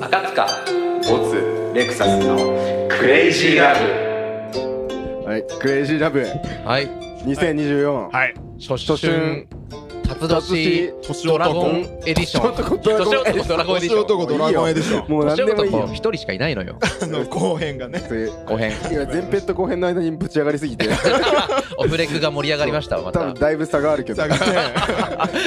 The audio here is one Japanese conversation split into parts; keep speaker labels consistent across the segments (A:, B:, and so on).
A: 赤塚ボツレクサスのクレイジーラブ
B: はい、クレイジーラブ
C: はい。
B: 2024、
D: はい。
C: 初
B: 初春
C: 春、辰年、
D: 年
C: ドラ
D: 男
C: ゴンエディション。
B: ちょっとドラゴンエディション
C: 年男ドラゴンエディション。
D: 男ド
B: も
D: ラゴンエディション。
B: う何
C: 年
B: でもいい
C: 男
B: よ
C: 一人しかいないのよ。
D: あの後編がね。
B: という
C: 後編。
B: いや前編と後編の間にぶち上がりすぎ て
C: オフレクが盛り上がりましたわ、
B: 多
C: また。
B: 分だいぶ差があるけど
D: さがね。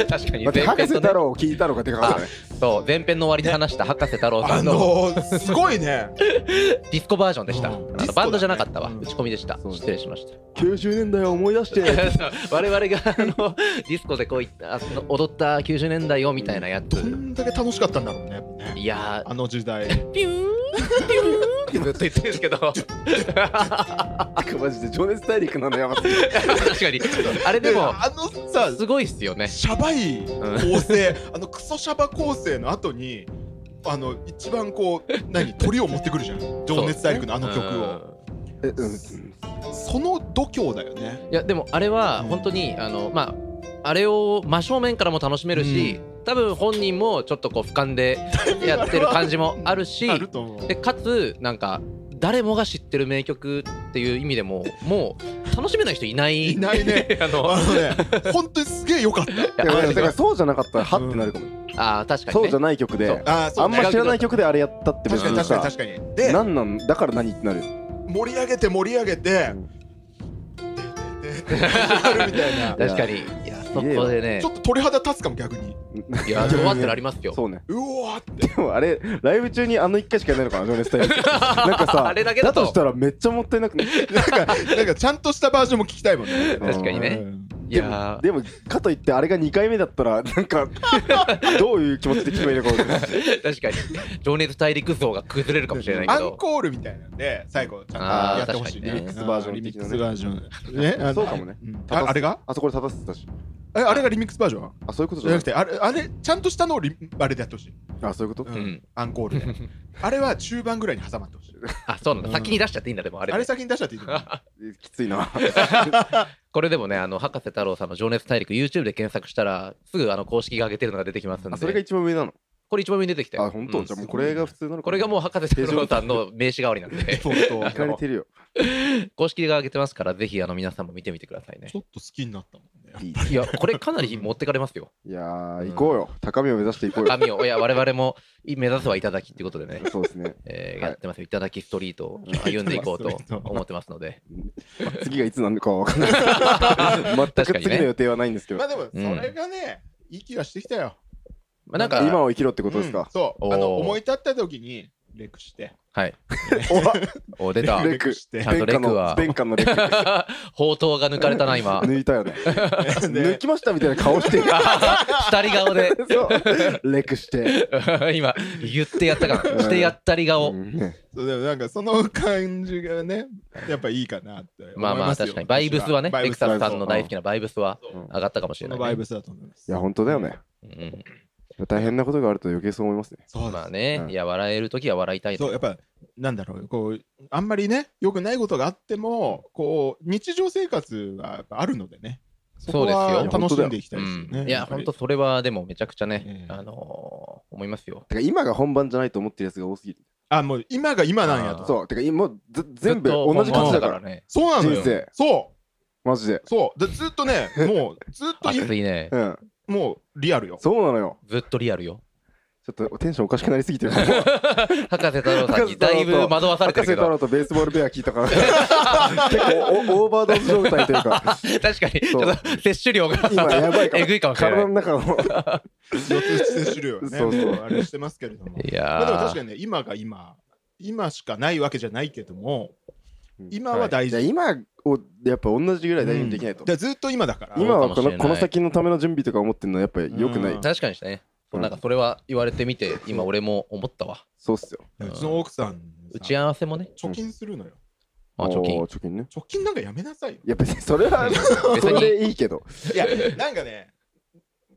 C: 確かに
B: だって博士
C: とね
B: 太郎を聞いたのがでかかったね
C: そう前編の終わりに話した博士太郎さ
D: あ
C: んの
D: のー、すごいね。
C: ディスコバージョンでした。あ
D: うんディス
C: の
D: コだね
C: バンドじゃなかったわ
D: う。ん
C: 打ち込みでした
B: そ。う
C: 失礼しました。
B: 90年代を思い出して
C: 我々があのディスコでこういったあの踊った90年代をみたいなや
D: ど
C: つ。
D: んだけ楽しかったんだろうね。やっぱね
C: いや
D: あの時代。
C: ー、ピューン、ピューンってずっと言ってるんですけ ど、
B: マジで情熱大陸なのやばすぎ る
C: 確かに。あれでも、
D: あのさ、
C: すごいっすよね。
D: シャバい構成、あのクソシャバ構成の後に、あの一番こう、何、鳥を持ってくるじゃん。情熱大陸のあの曲を。
C: を。
B: えうん
D: その度胸だよね。
C: いやでもあれは本当にあのまああれを真正面からも楽しめるし、多分本人もちょっとこう俯瞰でやってる感じもあるし
D: あると思う。
C: でかつなんか誰もが知ってる名曲っていう意味でももう楽しめない人いない
D: いないね
C: あの
D: あのね、本当にすげえ良かった。
B: いや
C: マ
B: だ
C: ジ
B: か
C: で
B: らそうじゃなかったらはってなるかも、
C: あー確かに
B: そう
C: ね
B: じゃない曲
C: そう
B: で
D: あーそ
B: あ
D: うんね
B: ま知らない曲であれやったって別
D: 確かに
B: に
D: 確かに
B: さ
D: 確かに。で、
B: 何なんだから何ってなる
D: 盛り上げて盛り上げて、でででで始まるみたいな。
C: 確かにいやそこでね
D: ちょっと鳥肌立つかも逆に。
C: いや終わってなりますよ
B: そうね
D: うおーって。
B: でもあれライブ中にあの1回しかやないのかな情熱 大陸なんかさ
C: あれだけだと
B: としたらめっちゃもったいなくね
D: なんか、なんかちゃんとしたバージョンも聞きたいもんね。
C: 確かにね
D: うん
C: いやー
B: でもかといってあれが2回目だったらなん かどういう気持ちで聞こえるか分かんない
C: 確かに情熱大陸像が崩れるかもしれない
D: ア
C: け
D: ン
C: ど
D: コールみたいなんで、最後、ちゃんと
C: あー
D: やってほしいね。
C: 確かにね
D: リミック
B: リミック
D: スリミック
B: ス
D: ス
B: バ
D: バ
B: ー
D: ー
B: ジ
D: ジ
B: ョ
D: ョ
B: ン
D: ン
B: ね
D: ね。 あの
B: そうかもね
D: うんああれが
B: あそこで立たせてたし
D: えあれがリミックスバージョン
B: あそういうこと
D: じ
B: じ
D: ゃ
B: ゃ
D: な
B: な
D: く
B: くて
D: て、あれ、あれ、ちゃんとしたのをリあれでやってほしい。
B: あそういうこと
D: う
C: うんん
D: アンコー ルで。あれは中盤ぐらいに挟まってほしい。
C: あそうなんだ
D: うん
C: 先に出しちゃっていいんだでもあれ
D: あれ先に出したっていいと思う
B: えきついな
C: これでもねあの博士太郎さんの「情熱大陸」YouTube で検索したらすぐあの公式が上げてるのが出てきますん
B: あ
C: で
B: それが一番上なの
C: これ一番上に出てきたよ
B: あ本当
C: うん
B: じゃあもうこれが普通なのか
C: これがもう博士太郎さんの名刺代わりなん で
D: そうそう
B: 行かれてるよ
C: 公式が上げてますからぜひあの皆さんも見てみてくださいね
D: ちょっと好きになったもんね。
C: いや これかなり持ってかれますよ
B: いやー行こうよ高みを目指していこうよ
C: 神をいや我々も目指すはいただきっていうことでね、
B: そうですね
C: えー
B: はい
C: やってますよいただきストリートを歩んでいこうと思ってますので
B: 次がい つなのかは分か んない全
C: 確か
B: く
C: にね
B: 次の予定はないんですけ
D: ま
B: ど
D: あでも、それがね、いい気がしてきたよ。
C: まあなんか
B: 今を生きろってことです
D: うん
B: か
D: そう。
C: おー
D: あの、思い立った時に、レクして。
C: はい お出
D: レ
C: た
D: クレクして
C: ちゃ。んとレクは
B: 殿下の殿下のレク
C: 宝刀が抜かれたな 今
B: 抜いたよね抜
D: で
B: きましたみたいな顔してる
C: したり顔で
B: そうレクして
C: 今言ってやったからしてやったり顔、
B: うんね
D: そうでもなんかその感じがね、やっぱいいかなって思いますよ。
C: まあまあ確かにバイブスはね
D: バ
C: レ
D: イ
C: ク
D: ブスは
C: サスさんの大好きなバイブスは
D: そう
C: 上がったかもしれ
D: そ
C: な
D: の
C: い、
D: バイ
C: ね
D: ブスだと思います。
B: いや本当だよね
C: うん
B: 大変なことがあると余計そう思いますね
D: そうです
C: まあね、
B: うん
C: いや笑える時は笑いたい
D: そう
C: と
D: やっぱなんだろうこうあんまりねよくないことがあってもこう日常生活はやっぱあるのでねそ
C: そう
D: こは
C: です
B: よ
D: 楽しんでいきた
C: う
D: いですよね、
C: ん、いや
D: ぱ
C: 本
D: り
C: 当それはでもめちゃくちゃね
D: え、え
C: あのー思いますよ
B: てか今が本番じゃないと思ってるやつが多すぎる
D: あもう今が今なんや
C: あー
D: と
B: そうてか今もうず全部同じ感じだから
C: ね
D: そうなの
B: 人
D: よ
B: 生
D: そ
B: マジで
D: うそうでずっとねもうずっとい
C: 熱いね
B: うん
D: もうリ アルよ
B: そうなのよ
C: ずっとリアルよ
B: ちょっとテンションおかしくなりすぎて る
C: 博士太郎さんにだいぶ惑わされ
B: 博
C: てる
B: 士
C: け
B: 太
C: ど
B: 郎とベースボールベア聞いたから結構おオーバードーズ状態という か
C: 確かにち
B: そう
C: ょっと摂取量が
B: 今やばいか
C: え
B: も
C: ぐいかもしれな
B: 体
C: い
B: の中 の
D: 四つ接種量ね
B: そうそう
D: もあれしてますけれども
C: い
D: まあ、でも
C: や
D: 確かにね今が今今しかないわけじゃないけども
B: うん
D: 今は大
B: じ
D: 事、
B: ゃあ今をやっぱ同じぐらい大事にできないと
D: うんだからずっと今だから
B: 今はこ
C: そうかもしれな
B: の
C: い
B: この先のための準備とか思ってるのはやっぱり良くない
D: うん
C: ー確かにですね
B: うん
C: なんかそれは言われてみて今俺も思ったわ
B: そうっすよ
D: うちの奥さんさ
C: 打ち合わせもね
D: 貯金するのよ
C: あ貯
B: お
C: 金
B: ー貯金ね
D: 貯金なんかやめなさいよ
B: いや別に それは
C: 別
B: そ
C: に
B: れでいいけど
D: いや、なんかね、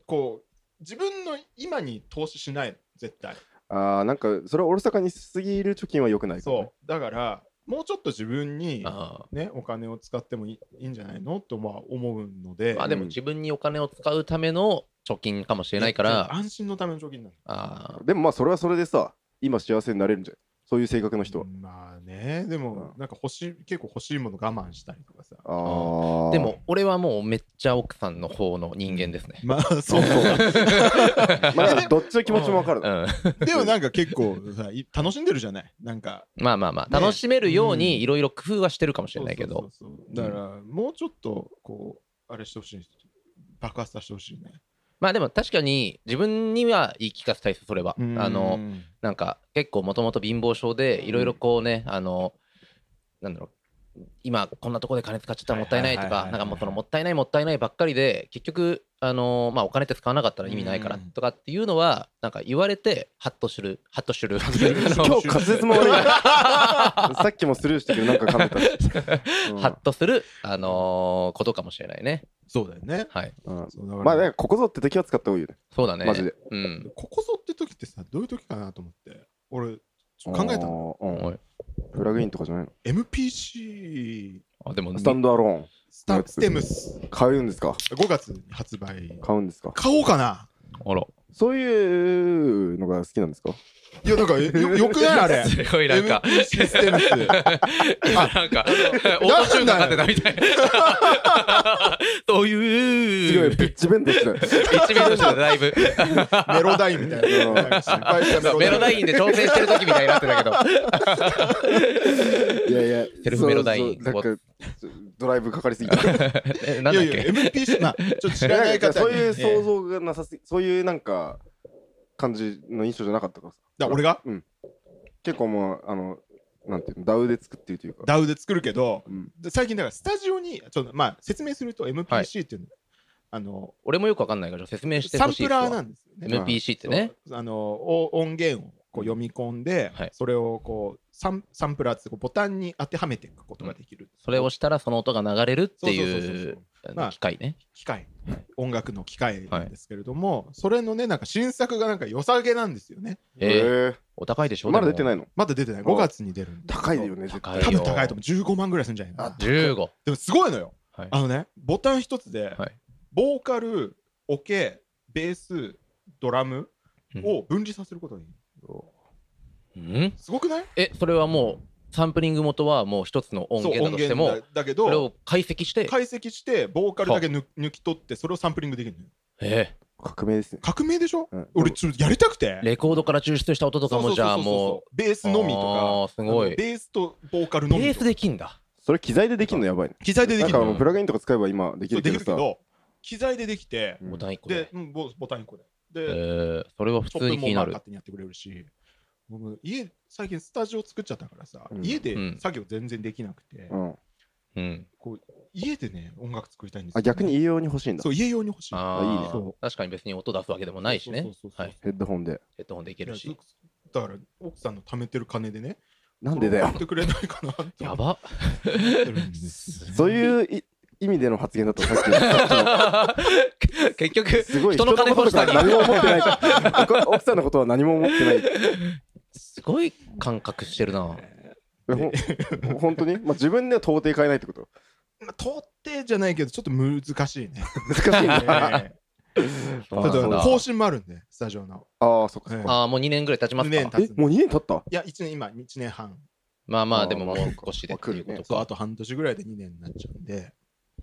D: こう、自分の今に投資しないの、絶対。
B: あーなんかそれをおろそかにしすぎる貯金は良くないからね
D: そう。だから、もうちょっと自分に、
C: あ
D: ね、お金を使ってもいいいいんじゃないのとは思うので、
C: ーまあでも自分にお金を使うための貯金かもしれないから、
D: 安心のための貯金なの。
C: あ
B: でもまあそれはそれでさ今幸せになれるんじゃんそういう性格の人は、
D: まあね、でも、なんか欲しい、結構欲しいもの我慢したりとかさ。
B: あ
C: ー
B: あ
C: でも俺はもうめっちゃ奥さんの方の人間ですね。
D: まあ、そ うそう。
B: まあどっちの気持ちもわかる、
C: う ん、
D: でもなんか結構さ、い楽しんでるじゃないなんか。
C: まあまあまあ
D: ね
C: 楽しめるよう
D: うん
C: にいろいろ工夫はしてるかもしれないけ
D: そう
C: ど
D: そうそうそうだから、もうちょっと、こう、あれしてほしい。爆発させてほしいね。
C: まあでも確かに自分には言い聞かせたいですそれは。あの
D: うん、
C: なんか結構もともと貧乏症でいろいろこうねあのなんだろう今こんなとこで金使っちゃったらもったいないと
D: はいはいは
C: か
D: いはい
C: なんかもうそのもったいないもったいないばっかりで結局あのまあお金って使わなかったら意味ないから
D: うん
C: とかっていうのはなんか言われてハッとするハッとする
B: 今日滑舌も 悪いなさっきもスルーしたけどなんか噛んでた、うん
C: ハッとするあのことかもしれないね
D: そうだよね。
C: はい
B: うん
D: そうだから
B: まあだからここぞって時は使った方がいいよね
C: そうだね
B: マジで
C: うん
D: ここぞって時ってさ、どういう時かなと思って、俺、ちょっと考えたの。
B: あーうんプラグインとかじゃないの
D: MPC
C: あでも
B: スタンドアローン
D: スタステムス、
B: 買うんですか
D: 5月に発売。
B: 買うんですか
D: 買おうかな
C: あら
B: そういうのが好きなんですか
D: いや、なんか、えよよくないあれ。
C: すごい なんか
D: MPC ステムス。
C: 今なんか、オートチューンかかってたみたい。 そ
B: すご
C: ういう、
B: いピッチベンドしてる
C: 一面の人だいぶ、
D: メロダインみたいな。
B: うん
D: なんか失敗した
C: メロダ
D: ン。
C: インで調整してる時みたいになってたけど、
B: いやいや
C: セルフメロダイン
B: そうそうなんかドライブかかりすぎたい
C: えなん
D: い
C: だ
D: や
C: っ
D: いや、
C: け
D: MPC、まあ、ちょっと知ら
B: や
D: ないい
B: や
D: 方
B: そういう想
D: ええ
B: 像がなさすぎそういうなんか感じの印象じゃなかったからさ
D: だ俺が
B: 結構もうあのなんていうのダウで作ってるというか
D: ダウで作るけど、
B: うん
D: で最近だからスタジオに、ちょっとまあ、説明すると MPC っていうの、あの、
C: 俺もよくわかんないから、説明して
D: サ
C: ほ
D: ン
C: しいで
D: プ
C: すわ
D: ラーなんですよね。
C: MPC ってね。
D: そうあのお音源をこう読み込んで、
C: はい
D: それをこうサンサンプラーってこうボタンに当てはめていくことができる、
C: それをしたらその音が流れるって
D: そうそうそう
C: い
D: そう
C: うあ
D: まあ
C: の機械ね。
D: 機械、音楽の機械なんですけれども、それのねなんか新作がなんか良さげなんですよね
C: え
B: へ
C: ー
B: ー
C: お高いでしょ。
B: まだ出てないいの
D: まだ出てない
B: ああ
D: 5月に出るんです
B: 高いよね絶
C: 高
B: 対
D: 多
C: いよ
D: 分高いと思う15万ぐらいするんじゃないかな
C: 15。
D: でもすごいのよ
C: はい
D: あのねボタン一つで、
C: はい
D: ボーカルオケベースドラムを分離させることに、
C: うん
D: すごくない
C: え、それはもう、サンプリング元はもう一つの音源だとして
D: そう
C: も
D: 音、だだけど
C: それを解析して、
D: 解析してボーカルだけ抜抜き取ってそれをサンプリングできるのよ
C: え
B: 革命ですね
D: 革命でしょ、
B: うん
D: 俺ちょっとやりたくて
C: ーレコードから抽出した音とかもじゃあ
D: そうそうそうそう
C: もう、
D: ベースのみと
C: あーす
D: か
C: ごい。
D: ベースとボーカルの
C: ベ
D: み
C: ース
D: とか
C: できんだ。
B: それ機材でできるのやばいね
D: 機材でで
B: な
D: き
B: ん
D: る
B: か
D: の
B: あ
D: よ
B: のプラグインとか使えば今でき
D: そう
B: る
D: で
B: けど
D: きるけ
B: さ
D: ど機材でできて
B: うん
C: ボタン一個
D: で
C: で。
D: うんボボタン1個で
C: え
D: で、
C: ー、それは普
D: ショ
C: 通
D: ッ
C: に気
D: プも
C: にな
D: まあ
C: る
D: 勝。手にやってくれるしもう家最近スタジオ作っちゃったからさ、
B: うん
D: 家で
C: うん
D: 作業全然できなくて、
B: うん
C: うん。
D: 家でね音楽作りたいんですよ
B: あ逆に家用に欲しいんだ
D: そう家用に欲しい
B: あいいね
C: ああ、確かに別に音出すわけでもないし
D: そ
C: ね
D: うそう。そうそう
C: はい。
B: ヘッドホンで
C: ヘッドホンでいける
D: いや
C: し。
D: だから奥さんの貯めてる金でね
B: なんでだよ
D: 買ってくれないかなって
C: や ば。
D: 思ってるんです よね
B: そういうい意味での発言だったさっきのさっきの
C: 結局、
B: すごい
C: 人の金欲しさ
B: 人
C: に
B: のこととか何も思ってないから奥奥さんのことは何も思ってない
C: すごい感覚してるな。
B: えほん本当 にまあ自分では到底買えないってこと
D: まあ到底じゃないけどちょっと難し いね。
B: 難しいね
D: ええ
C: そう
D: ち
C: な
D: ょ
C: ん
D: っ
C: だ
D: と更新もあるんで、スタジオの。
B: あ あそっか
D: ええ
C: ああ、もう2年ぐらい経ちます
D: 二年
C: か
D: 経。
B: え
D: つ
B: もう2年経った
D: いや、1年、今、1年半。
C: まあま
B: あ
C: あ、
B: ー
C: でももう
B: まあそうか
C: 少しでってい
B: まあ
C: うこ
B: 来るね
C: と
D: そう、あ
C: か。
D: と半年ぐらいで2年になっちゃうんで。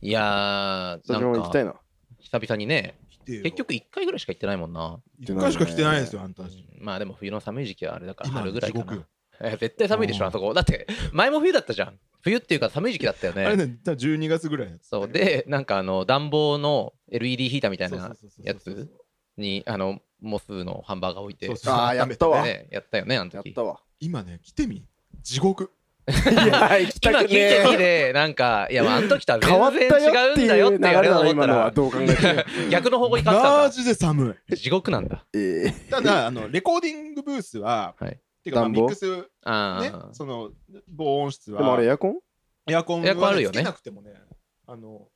C: いやー、
B: そ
C: な
B: れも行
C: ん
B: きたい
C: か、
B: な
C: 久々にね、
D: 来てよ
C: 結、局1回ぐらいしか行ってないもんな。
D: 1回しか来てないんですよ、あんた
C: う
D: たち。
C: んまあでも冬の寒い時期はあれだから
D: 今
C: 春ぐらいか
D: 地獄
C: な。え 絶対寒いでし
D: う
C: ょ、
D: ん
C: あそこ。だって、前も冬だったじゃん。冬っていうか寒い時期だったよ
D: あれ
C: ね。
D: ね、だ12月ぐらいだった
C: そう。で、なんかあの、暖房の LED ヒーターみたい
D: そうそ
C: な
D: うそうそう
C: やつに、あの、モスのハンバーガー置いて、
D: そう
C: ね
D: そう
B: あーやったわ
C: やったよね、あの
B: やっ
C: 時。
B: たわ
D: 今ね、来てみ。地獄。
B: いや行き
C: 今聞いてみて、なんか、いや、まああの時 とは
B: 変わった
C: 全然違
B: よっ
C: う
B: てい
C: ん
B: う
C: だよって
B: 流れ
C: 言われた
B: だな
C: と思っ
B: 今
C: た
B: のは
C: ら、
B: どう考えて も
C: 逆の方向行かせた
D: マ
C: んだ。
D: ジで寒
C: 地獄なんだ。
B: ええ
D: い。ただ、あの、レコーディングブースは、
C: はい
D: てか、まあ
B: 暖
D: ミ
B: 房
D: ックス、ね
C: あ、
D: その、防音室
B: で
D: は。
B: もあれエアコン
D: エアコン
C: エアコンあるよ
D: は
C: ね
D: つけなくてもね、あの、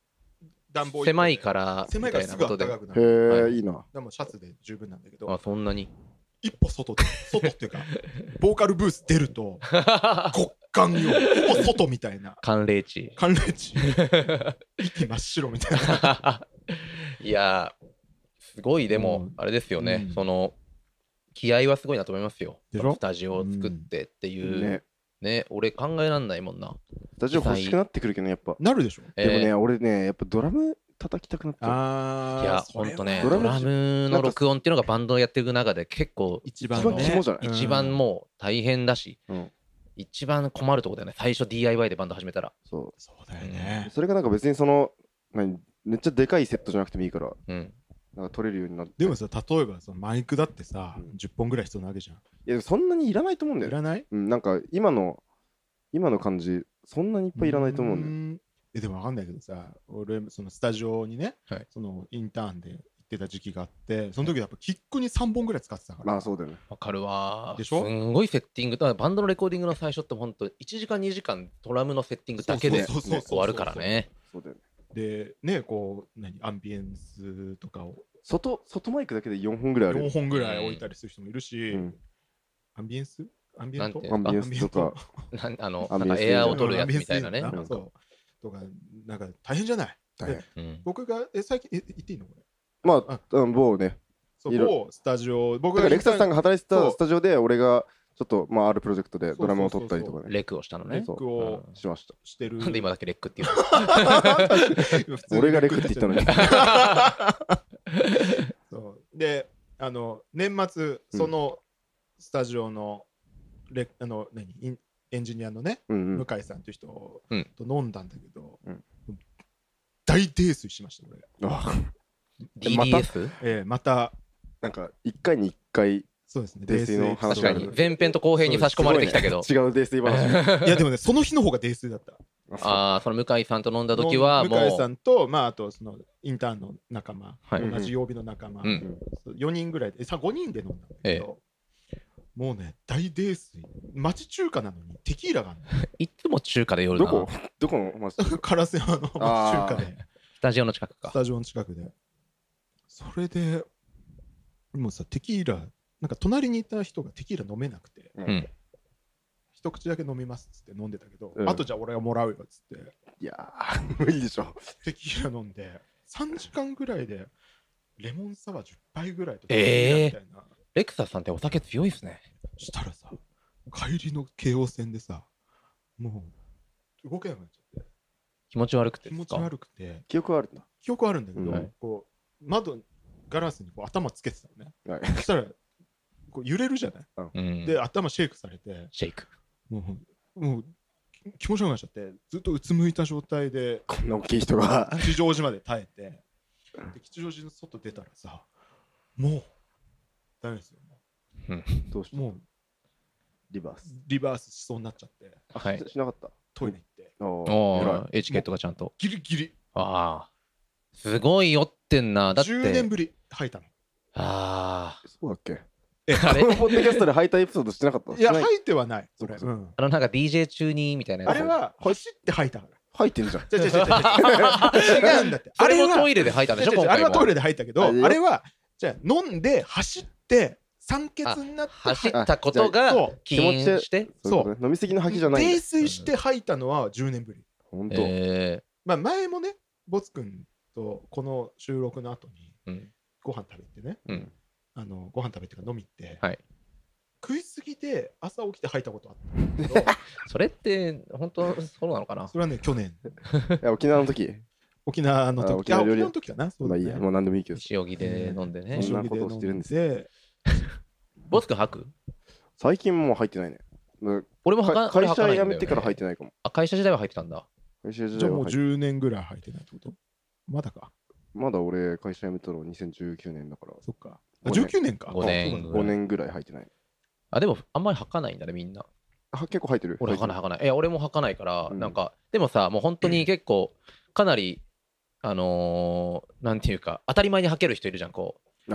D: 暖房一
C: あ。
D: 個で
C: 狭いから、み
D: 狭いか
C: た
D: ら
C: い
D: す
C: な
D: ぐ
C: こと
D: 暖
C: で。
D: かくな
B: へ
D: る。
B: え
C: はい
B: いいな
D: でもシャツで十分なんだけど、
C: あ、そんなに。
D: 一歩外で、外っていうか、ボーカルブース出ると、こっ感 よほぼ外みたいな
C: 寒冷地
D: 寒冷地息真っ白みたいない
C: やーすごいでも、
D: うん
C: あれですよね、
D: うん
C: その気合はすごいなと思いますよ
D: でしょ
C: スタジオを作ってっていう、ね
B: ね
C: 俺考えらんないもんな、
B: スタジオ欲しくなってくるけどやっぱ
D: なるでしょ
B: でもね、
C: え
B: 俺ねやっぱドラム叩きたくなっちゃう
D: あ
C: ーいやほんとね
B: そ
C: ド
B: れ
C: ラ
B: は
C: ムの録音っていうのがバンドやっていく中で結構
D: 一
B: 一
D: 番
B: 番
D: の
B: 肝じゃない、
C: 一番もう大変だし、
B: うん
C: 一番困るとこだよね最初 DIY でバンド始めたら、
B: そ
D: そうだよね
B: う それがなんか別にその何めっちゃでかいセットじゃなくてもいいから
C: うん、
B: なんか取れるようになって
D: でもさ例えばそのマイクだってさ
B: うん
D: 10本ぐらい必要なわけじゃ
B: いやでもそんなにいらないと思うんだ
D: んい
B: よね、
D: らない
B: うん、なんか今の今の感じそんなにいっぱいいらないと思うんだよ
D: んえでもわかんないけどさ俺そのスタジオにね
C: はい
D: そのインターンで行ってた時期があってその時やっぱキックに3本ぐらい使ってたから
B: まあそうだよね
C: わかるわー
D: でしょ
C: すんごいセッティングだからバンドのレコーディングの最初ってほんと1時間2時間ドラムのセッティングだけで
D: そうそうそうそう
C: 終わるからね
B: そうだよね
D: でねこう何アンビエンスとかを
B: 外外マイクだけで4本ぐらいある
D: 4本ぐらい置いたりする人もいるし、
B: うん
D: アンビエンスアンビエント
C: なんて
B: アンビエンスとか
C: なんあの
B: アン
C: なん
B: ビエンス
C: かエアーを取るやつみたいなね
D: アンビエンスでいいのかそうとかなんか大変じゃない
B: 大変
C: うん
D: 僕がえ最近え言っていいのこれ
B: まあうん某ね
D: そ
B: いろ
D: こをスタジオ僕
B: だからレクサスさん
D: が
B: が働いて
D: そ
B: た
D: う
B: スタジオで俺がちょっとまああるプロジェクトでドラムを取ったりとかね
C: レックをしたのね
B: そう
D: レックを
C: う
B: しました
D: してる
C: なんで今だけレックっていう
D: 普通に
B: 俺がレクって言ったのに
D: そうであの年末そのスタジオのレあの何インエンジニアのね
B: うんう
D: 向
B: ん
D: 井さんという人と
C: うん
D: 飲んだんだけど、
B: うん
D: 大泥酔しました俺、
B: あまた
C: DDS?
D: えーまた
B: なんか1回に1回
D: そうですね
B: 泥酔の話
C: 確
B: そう
C: か
B: だね
C: に前編と後編に差し込まれてきたけど、
B: 違う泥酔話
D: いやでもねその日の方が泥酔だった
C: ああその向井さんと飲んだ時は
D: 飲ん
C: も
D: 向井さ
C: うん
D: とまああとそのインターンの仲間、
C: はい
D: 同じ曜日の仲間、
C: うんうん
D: 4人ぐらいでさ5人で飲んだんだけど、もうね大泥酔町中華なのにテキーラがある
C: いつも中華で夜
B: ど
C: な
B: こ どこの話
D: の 烏山の町中華で
C: スタジオの近く
D: ス
C: か
D: タジオの近くで。それで、もうさ、テキーラ、なんか隣にいた人がテキーラ飲めなくて、
C: ん
D: 一口だけ飲みますっつって飲んでたけど、
B: うん
D: あとじゃあ俺がもらうよっつって、
B: いやー無理でしょ
D: テキーラ飲んで、3時間ぐらいで、レモンサワー10杯ぐらいと
C: えー
D: テキーラみたいな、
C: レクサスさんってお酒強いですね
D: したらさ、帰りの京王線でさ、もう動けなくなっちゃっ
C: 気持ち悪く
D: て、
C: て
D: 気
C: で
D: 持
C: す
D: ち
C: か
D: 悪くて、
B: 記憶はあるんだ
D: 記憶あるんだけど、
B: うん
D: こう窓、ガラスにこう頭つけてたのね。
B: はい
D: そしたら、こう揺れるじゃない
C: うん
D: で、頭シェイクされて、
C: シェイク
D: もう、もう、き気持ち悪くなっちゃって、ずっとうつむいた状態で、
B: こんな大きい人が
D: 吉祥寺まで耐えて、で吉祥寺の外出たらさ、もう、ダメですよ。
B: どうし
D: もう、
B: リバース
D: リバースしそうになっちゃって、
C: はい
B: しなかった
D: トイレ行って、
B: あー
C: お
B: 偉い
C: ーエチケットがちゃんと
D: ギリギリ、
C: ああすごい酔ってんなだって
D: 10年ぶり吐いたの。
C: あ
B: そうだっけ
C: ああれ
B: このポッドキャストで履いたエピソードしてなかった
D: いや、
B: してな
D: 吐いてはない、それ。
B: そうか
D: うん
C: あのなんか DJ 中にみたいなやつ
D: あれは、走って吐い たから。
B: 入ってんじゃん
D: 違う違う違う違う違うんだって。
C: あれも
D: は
C: トイレで吐いたんでしょ
D: 違う違
C: 今
D: うあ
C: 回
D: れは
C: も
D: トイレで入ったけど、
B: あれよ
D: あれは、じゃあ飲んで、走って、酸欠になって、
C: 走ったことが
D: そう
C: 起因
B: 気持ち
C: して
B: そういうことね飲みすぎの吐きじゃないんだ
D: 泥酔して吐いたのは10年ぶり。
B: 本当
C: え
D: まあ、前もね、ボツ君とこの収録の後に
C: ーうん
D: ご飯食べてね、
C: うん
D: あのご飯食べてか飲み行って、
C: はい
D: 食いすぎて朝起きて吐いたことあったんだけど。
C: それって本当そうなのかな
D: それはね、去年、
B: いや沖縄の時
D: 沖縄の
B: あ
D: 時、
B: 沖
D: あ
B: 縄
D: 沖
B: 料理
D: 縄の時かな、そう
B: まあ
D: だ
B: いい
D: ね
B: や。もう何でもいいけど
C: 塩着で飲んでね
B: うん
D: お酒
B: そんなことをしてるんです
D: 飲で
C: ボス君吐く
B: 最近もう入ってないねだ
C: 俺も
B: か
C: 吐か
B: 会
C: 俺吐
B: 社
C: かないんだ
B: 辞
C: よね
B: めてから入ってないかも
C: あ会社時代は吐いてたんだ
B: 会社時
D: じゃ
B: 代
D: あ
B: は
D: もう
B: 入って
D: 10年ぐらい吐いてないってことまだか。
B: まだ俺会社辞めたの2019年だから
D: そっか。あ
B: 五年
D: 19年か。
C: 五年
D: あそうだね
B: 5年ぐらい入ってない
C: あでもあんまり吐かないんだねみんな
B: あ結構入ってる
C: 俺吐かない
B: い
C: 吐かないいや俺も吐かないから、
B: うん
C: なんかでもさもう本当に結構かなりあのー、なんていうか当たり前に吐ける人いるじゃんこ
B: あ
C: う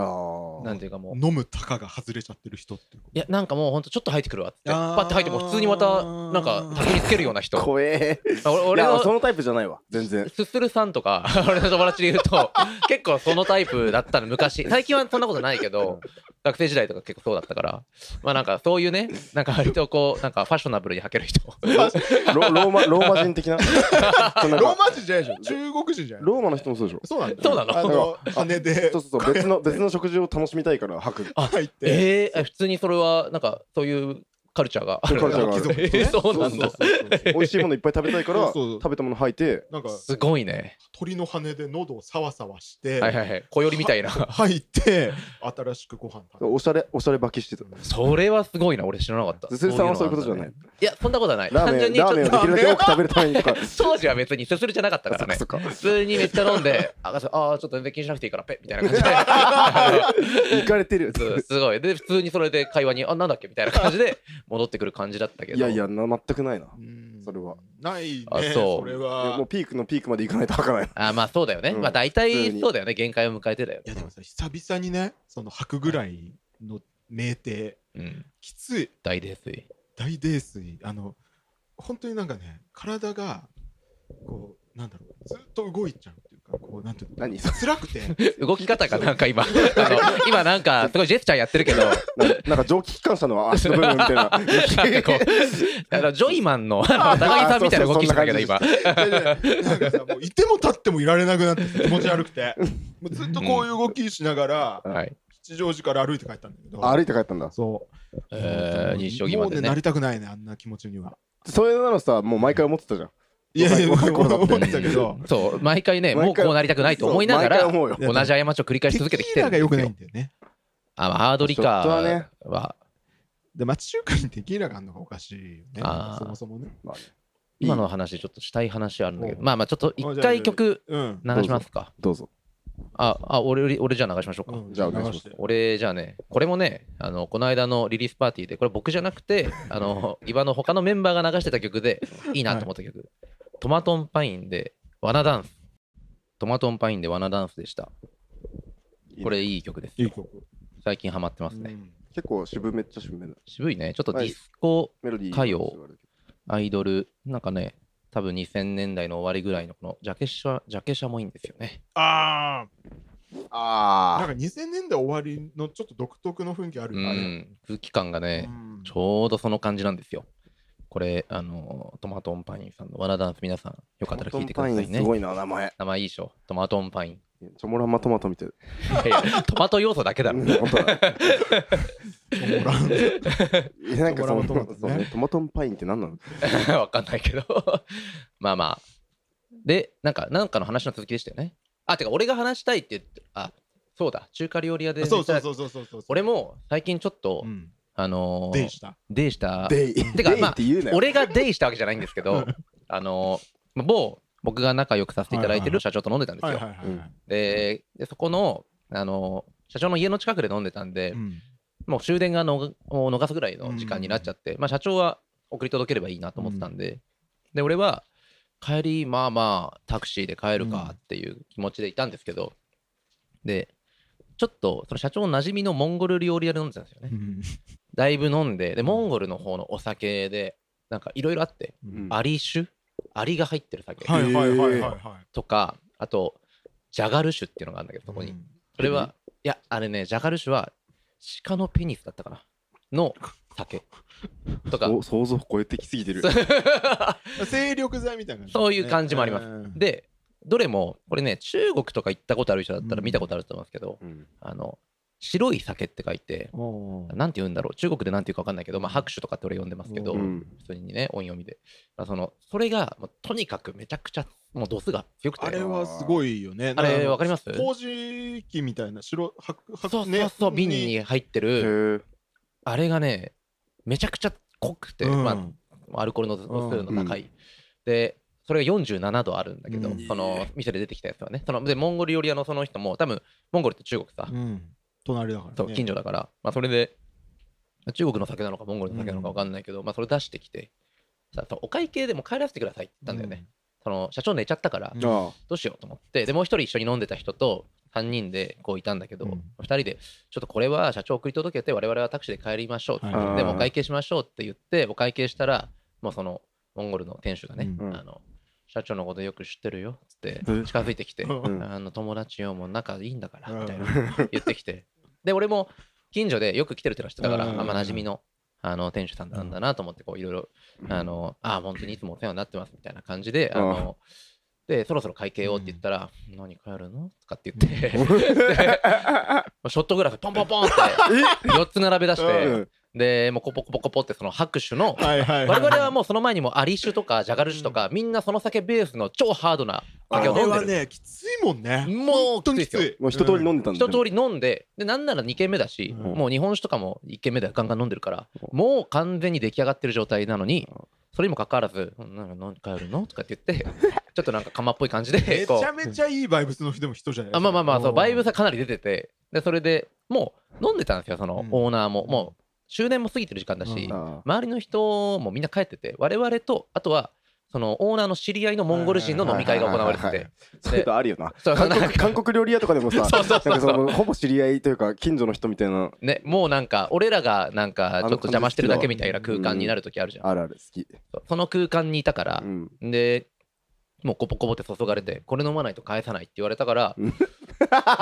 B: ー
C: なんていうかもう
D: 飲むたかが外れちゃってる人っていうこ
C: い
D: と
C: やなんかもうほんとちょっと吐いてくるわっつって
D: あー
C: パッて吐いてもう普通にまたなんか焚きにつけるような人
B: 怖え
C: 俺
B: い
C: 俺
B: やそ
C: の
B: のタイプじゃないわ全然
C: すするさんとか 俺の友達で言うと結構そのタイプだったの昔最近はそんなことないけど学生時代とか結構そうだったからまあなんかそういうねなんか割とこうなんかファッショナブルに履ける人
B: ロローマローマ人的 なそうなんか
D: ローマ人じゃないでしょ中国人じゃない
B: ローマの人もそうでしょ
D: そうなんだ
C: そうなの
D: あの羽で
B: そうそうそう別の別の食事を楽しみたいから吐 く
D: 入って
C: え ー、え普通にそれはなんかそういうカルチャーがある
B: カルチャーがある
C: えーそうなんだ
D: そうそうそうそう
B: 美味しいものいっぱい食べたいか
D: そ
B: ら
D: うそうそう
B: 食べたもの吐いて
D: なんか
C: すごいね
D: 鳥の羽で喉をサワサワして、
C: はいはいはい小よりみたいな
D: 入って新しくご飯食べる
B: おしゃれおしゃればきしてた
C: それはすごいな俺知らなかった
B: ずするさんはそういうことじゃない
C: いやそんなことはない
B: ラー
C: 単
B: メ
C: 純
B: ン
C: にちょ
B: ラ
C: っ
B: ーメンをできるだ
C: と
B: け多く食べるためにと か
C: 当時は別にすするじゃなかったか
B: そ
C: ら
B: っか
C: ね
B: そっか
C: 普通にめっちゃ飲 んでああちょっと全然気にしなくていいからペッみたいな感じで
B: 行かれてる
C: そうすごいで普通にそれで会話に「あなんだっけ?」みたいな感 じで戻ってくる感じだったけど
B: いやいやな全くないな
D: うん
B: それは
D: ないね
C: あそう
D: それ
B: いや
D: は
B: もうピークのピークまで行かないと吐かない な
C: あまあそうだよね、
B: うん
C: まあ大
B: 普通
C: 体
B: に
C: そうだよね限界を迎えてだよ
D: い
C: ね
D: やでもさ久々にねその吐くぐらいの酩酊
C: うん
D: きつい
C: 大泥酔
D: 大泥酔あの本当になんかね体がこうなんだろうずっと動いちゃうっていうかこうなんていうの
B: 何そ
D: 辛くて
C: 動き方 がなんか今あの今なんかすごいジェスチャーやってるけど
B: ななんか蒸気機関車の足の部分みたい な
C: なんかこうあのジョイマンのあの高木さんみたいな動きしてたけど
B: あ
C: 今
D: いやいやなんかさもういても立ってもいられなくなって気持ち悪くてもうずっとこういう動きしながら
C: はい、
D: 吉祥寺から歩いて帰ったんだけど
B: あ歩いて帰ったんだ
D: そう
C: えー、日照木ま
D: もう
C: で
D: ね
C: ね
D: なりたくないねあんな気持ちには
B: それなのさもう毎回思ってたじゃん
D: いやいや
B: 若い
D: 思
B: 頃だって
D: ってたけど
C: うんそう毎回ねもう
B: 毎回
C: こうなりたくないと思いながら
B: そう
C: 同
B: 毎回思うよ
C: じ過ちを繰り返し続けてきてる
D: テ
C: んです
D: キーラが良
C: よ
D: くないんだよね
C: あまあハードリカ
B: ちょっとはね
C: ーは
D: で町中華にテキーラがあるのがおかしいよね
C: あー
D: そもそもね
C: 今の話ちょっとしたい話あるんだけど
D: おう
C: まあまあちょっと一回曲
D: うん
C: 流しますか
B: どうぞ
C: ああ俺より俺じゃあ流しましょうか、
D: うん
B: じゃあお願いします
D: 流て
C: 俺じゃあねこれもねあのこの間のリリースパーティーでこれ僕じゃなくてあの今の他のメンバーが流してた曲でいいなと思った曲、トマトンパインでワナダンストマトンパインでワナダンスでした
B: いいね
C: これいい曲です
D: いい曲
C: 最近ハマってますね、
D: うん
B: 結構渋めっちゃ渋めだ
C: 渋いねちょっとデ
B: はい
C: ィスコ
B: メロディー
C: 歌謡アイドルなんかね多分2000年代の終わりぐらいのこのジャケシャジャケシャもいいんですよね
D: ああなん
B: あ
D: か2000年代終わりのちょっと独特の雰囲気ある
C: う
D: よね
C: ん空気感がね、
D: うん
C: ちょうどその感じなんですよ。これ、あの、トマトンパインさんのワナダンス、皆さん、よ
B: あ
C: かったら聞いてく
B: トマ
C: だ
B: トンパ
C: さ
B: イン
C: い
B: す
C: ね。
B: ごいな名前
C: 名前いいでしょ、トマトンパイン。
B: チョモランマトマトみたい
C: いやいやトマト要素だけだ
B: だ
C: ろ。
B: 本当だ
D: トモラン
B: いやなんかその
D: ト
B: ト
D: モ
B: マ
D: ランマトマトね
B: ト,、ね、トマトンパインって何なの
C: わかんないけど。 まあまあ。で、なんか、なんかの話の続きでしたよね。あ、てか、俺が話したいって言って、あ、そうだ、中華料理屋で。
D: そうそうそうそうそうそう
C: 俺も最近ちょっと、
D: うん
C: あのー
D: でした
C: デイした。
B: デイ
C: てか
B: デイ
C: ま
B: っ
C: あ
B: て言うなよ、
C: 俺がデイしたわけじゃないんですけど、あのー某、僕が仲良くさせていただいてる社長と飲んでたんです
D: はい
C: よ
D: は。いは
B: う
D: いは
B: ん
D: い
C: ででそこのあの社長の家の近くで飲んでたんで、
D: うん
C: もう終電がのを逃すぐらいの時間になっちゃって、まあ、社長は送り届ければいいなと思ってたんで、で俺は帰りまあまあタクシーで帰るかっていう気持ちでいたんですけど、でちょっとその社長の馴染みのモンゴル料理屋で飲んでたんですよね、
D: うん
C: だいぶ飲んででモンゴルの方のお酒でなんかいろいろあって、
B: うん
C: アリ酒アリが入ってる酒
D: はいはいはいはいはい
C: とか、あとジャガル酒っていうのがあるんだけどそこに、
D: うん
C: それは、いや、あれね、ジャガル種は鹿のペニスだったかなの 酒とか、
B: お想像を超えてきすぎてる
D: 精力剤みたいな感じ
C: そういう感じもあります
D: うん
C: で、どれも、これね、中国とか行ったことある人だった
D: う
C: ら
D: ん
C: 見たことあると思うんですけど、
B: うん
C: あの、白い酒って書いて、
D: おー
C: なんて言うんだろう、中国でなんて言うか分かんないけど、まあ、拍手とかって俺呼んでますけど、
D: う
B: うん
C: 普通にね、音読みで。まあ、その、それが、もうとにかくめちゃくちゃ、もう度数が強くて、
D: あれはすごいよね
C: あれわかります
D: 麹器みたいな白白白
C: そうそうそう、瓶に入って
B: へ
C: る、
B: え
C: あれがね、めちゃくちゃ濃くて、
D: うん
C: まあ、アルコールの度数の高い、でそれが47度あるんだけど、
D: うん
C: その店で出てきたやつはねそのでモンゴル料理屋のその人も多分モンゴルって中国さ、
D: うん隣だからね
C: そう近所だから、まあ、それで中国の酒なのかモンゴルの酒なのか分かんないけど、まあ、それ出してきてさそうお会計でも帰らせてくださいって言ったんだよね、その社長寝ちゃったから
D: う
B: じゃあ
C: どうしようと思ってでもう一人一緒に飲んでた人と3人でこういたんだけど、
D: う
C: 二
D: ん
C: 2人でちょっとこれは社長送り届けて我々はタクシーで帰りましょうって
D: はい
C: でもお会計しましょうって言ってお会計したらもうそのモンゴルの店主がね、
B: うん
C: あの社長のことよく知ってるよっつって
B: え
C: 近づいてきて、
D: うん
B: うん
C: あの友達よもう仲いいんだから
D: うん
C: みたいな言ってきてで俺も近所でよく来てるってのは知ってたから、
D: うん
C: あんま馴染みのあの店主さんなんだなと思ってこういろいろあのあ本当にいつもお世話になってますみたいな感じであのでそろそろ会計をって言ったら「何帰るの?」とかって言って ショットグラスポンポンポンって4つ並べ出し
B: う
C: て
B: ん
C: でもうコポコポコポってその拍手の
D: はいはい
C: 我々はもうその前にもアリ酒とかジャガル酒とかみんなその酒ベースの超ハードな
D: あ
C: 酒
D: れ
C: を飲んで
D: は
C: る
D: ねきついもんね
C: もう
D: 本当にき
C: き
D: つ
C: つい
D: い
B: もう一通り飲んでたんだ
C: 一通り飲んででなんなら2軒目だし、
D: うん
C: もう日本酒とかも1軒目でガンガン飲んでるから、
B: う
C: もう完全に出来上がってる状態なのに
B: うん
C: それにもかかわらず「なんか飲ん帰るの?」とかって 言ってちょっとなんか釜っぽい感じで
D: め
C: こ
D: ちゃ
C: う
D: めちゃいいバイブスの人でも人じゃない
C: あまあまあまあそうバイブ
D: さ
C: さかなり出ててでそれでもう飲んでたんですよその
D: うん
C: オーナーも、もう終電も過ぎてる時間だし、
D: うん
B: あ
C: 周りの人もみんな帰ってて我々とあとはそのオーナーの知り合いのモンゴル人の飲み会が行われて
B: はいはいはい
C: て
B: あそういうのあるよな
C: そう
B: 韓
C: なん
B: 国
C: か
B: 韓国料理屋とかでもさ
C: そうそうそうそう
B: なんかそのほぼ知り合いというか近所の人みたいな
C: ね、もうなんか俺らがなんかちょっと邪魔してるだけみたいな空間になる時あるじゃん、
B: あるある好き
C: その空間にいたから
B: う、ん
C: でもうコポコポって注がれてこれ飲まないと返さないって言われたから
B: うん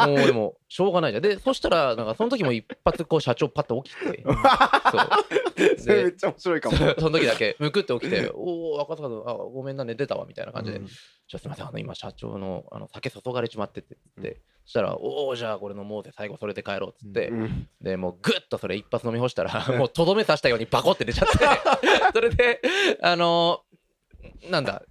C: もうでもしょうがないじゃんでそしたらなんかその時も一発こう社長パッと起きてそう
B: それめ
C: で
B: っちゃ面白いかも
C: その時だけむくって起きて「おお赤坂君あごめんなね出たわ」みたいな感じでちょっとすみません、あの今、社長のあの酒注がれちまってって言って、そしたら、おお、じゃあこれ飲もうぜ、最後それで帰ろうっつって、
B: うん
C: でもうぐっとそれ一発飲み干したら、 もうとどめ刺したようにバコって出ちゃって、 それで、あのーなんだ、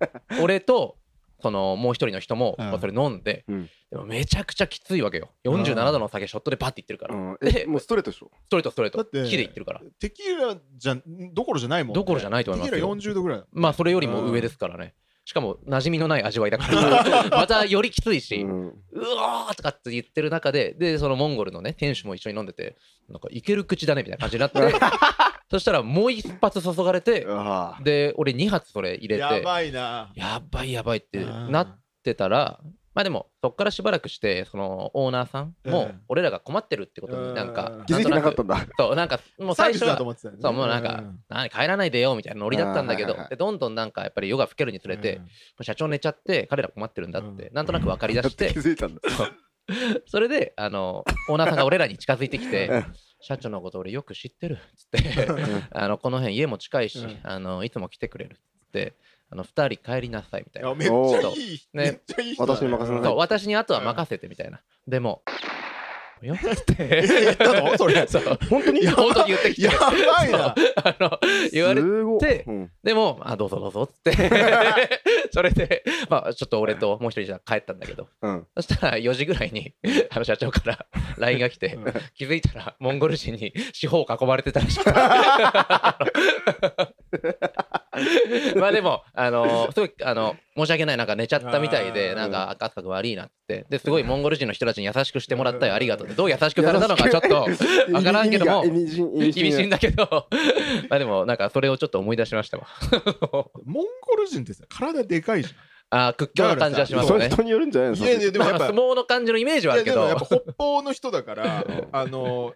C: 俺と、そのもう一人の人も、
D: うん
C: まあそれ飲んで、
B: うん
C: でもめちゃくちゃきついわけよ。47度の酒、ショットでバッていってるから、
B: うん
C: で
B: えもうストレートでしょ
C: ストレート、ストレー
D: だ
C: ト、
D: って
C: 火でいってるから、
D: テキーラじゃどころじゃないもん
C: どころじゃ
D: ゃ
C: ないと思います
D: テキーラ
C: よ。
D: 40度ぐらいだ
C: まあ、それよりも上ですからね。しかも、馴染みのない味わいだから、 またよりきついし。
B: うん
C: うおーとかって言ってる中で、で、そのモンゴルのね、店主も一緒に飲んでて、なんか、いける口だねみたいな感じにな って、そしたらもう一発注がれて、
B: ああ
C: で、俺2発それ入れて、
D: やばいな
C: やばいやばいって
D: うん
C: なってたら、まあでも、そっからしばらくして、そのオーナーさん
D: う
C: も
D: ん、
C: 俺らが困ってるってことになんか
D: うん、
B: 気づいてなかっ
C: ん
B: た
C: と
B: んだ
C: なくそう、なんか、もう
D: サー
C: 最
D: ビス
C: 初
D: だと
C: は、
D: 思ってたよね
C: そう、もうなんか、何帰らないでよみたいなノリだったんだけ
B: あ
C: ど
B: ーはいはいは、い
C: でどんどんなんか、やっぱり夜が更けるにつれて、社長寝ちゃって、彼ら困ってるんだって
D: う、
C: なんとなく分かりだ
B: やっ
C: してて
B: 気、づいたんだ
C: それであのオーナーさんが俺らに近づいてき
B: う
C: て
B: ん
C: 「社長のこと俺よく知ってる」っつって
B: ん
C: 「あのこの辺家も近いし、
D: うん
C: あのいつも来てくれる」っつって「あの2人帰りなさい」みたい
D: いや
C: な
D: めっちゃいい
C: ね
D: めっちゃいい人だね
B: 私に任せなさ
C: そ
B: いう
C: 私にあとは任せてみたいな、でも「よ」って
D: え言ったのそれ
C: そう
B: 本当に
C: 本当に言ってきて
D: やばいな
C: あの言われ
B: すご
C: て
B: うん
C: でも「あどうぞどうぞ」っ つってそれで、まあ、ちょっと俺ともう一人じゃ帰ったんだけど
B: うん
C: そしたら4時ぐらいにあの社長から LINE が来て
D: うん
C: 気づいたらモンゴル人に 四方を囲まれてたらしく てまあでもあのすごいあの申し訳ないなんか寝ちゃったみたいで
D: あー
C: なんか赤坂悪いなってですごいモンゴル人の人たちに優しくしてもらったよありがとうってどう優しくされたのかちょっと分からんけども
B: 意味深
C: 意味深だけど まあでもなんかそれをちょっと思い出しましたわ
D: モンゴル人ってさ体でかいじ
C: あー屈強な感じはします
B: そ
C: よ
B: れ
C: ね
B: 人によるんじゃないの
D: ゃんいやいやでも
C: まあ
D: やっぱ
C: 相撲の感じのイメージはあるけ
D: いや
C: ど
D: でもやっぱ北方の人だから
B: うん
D: あの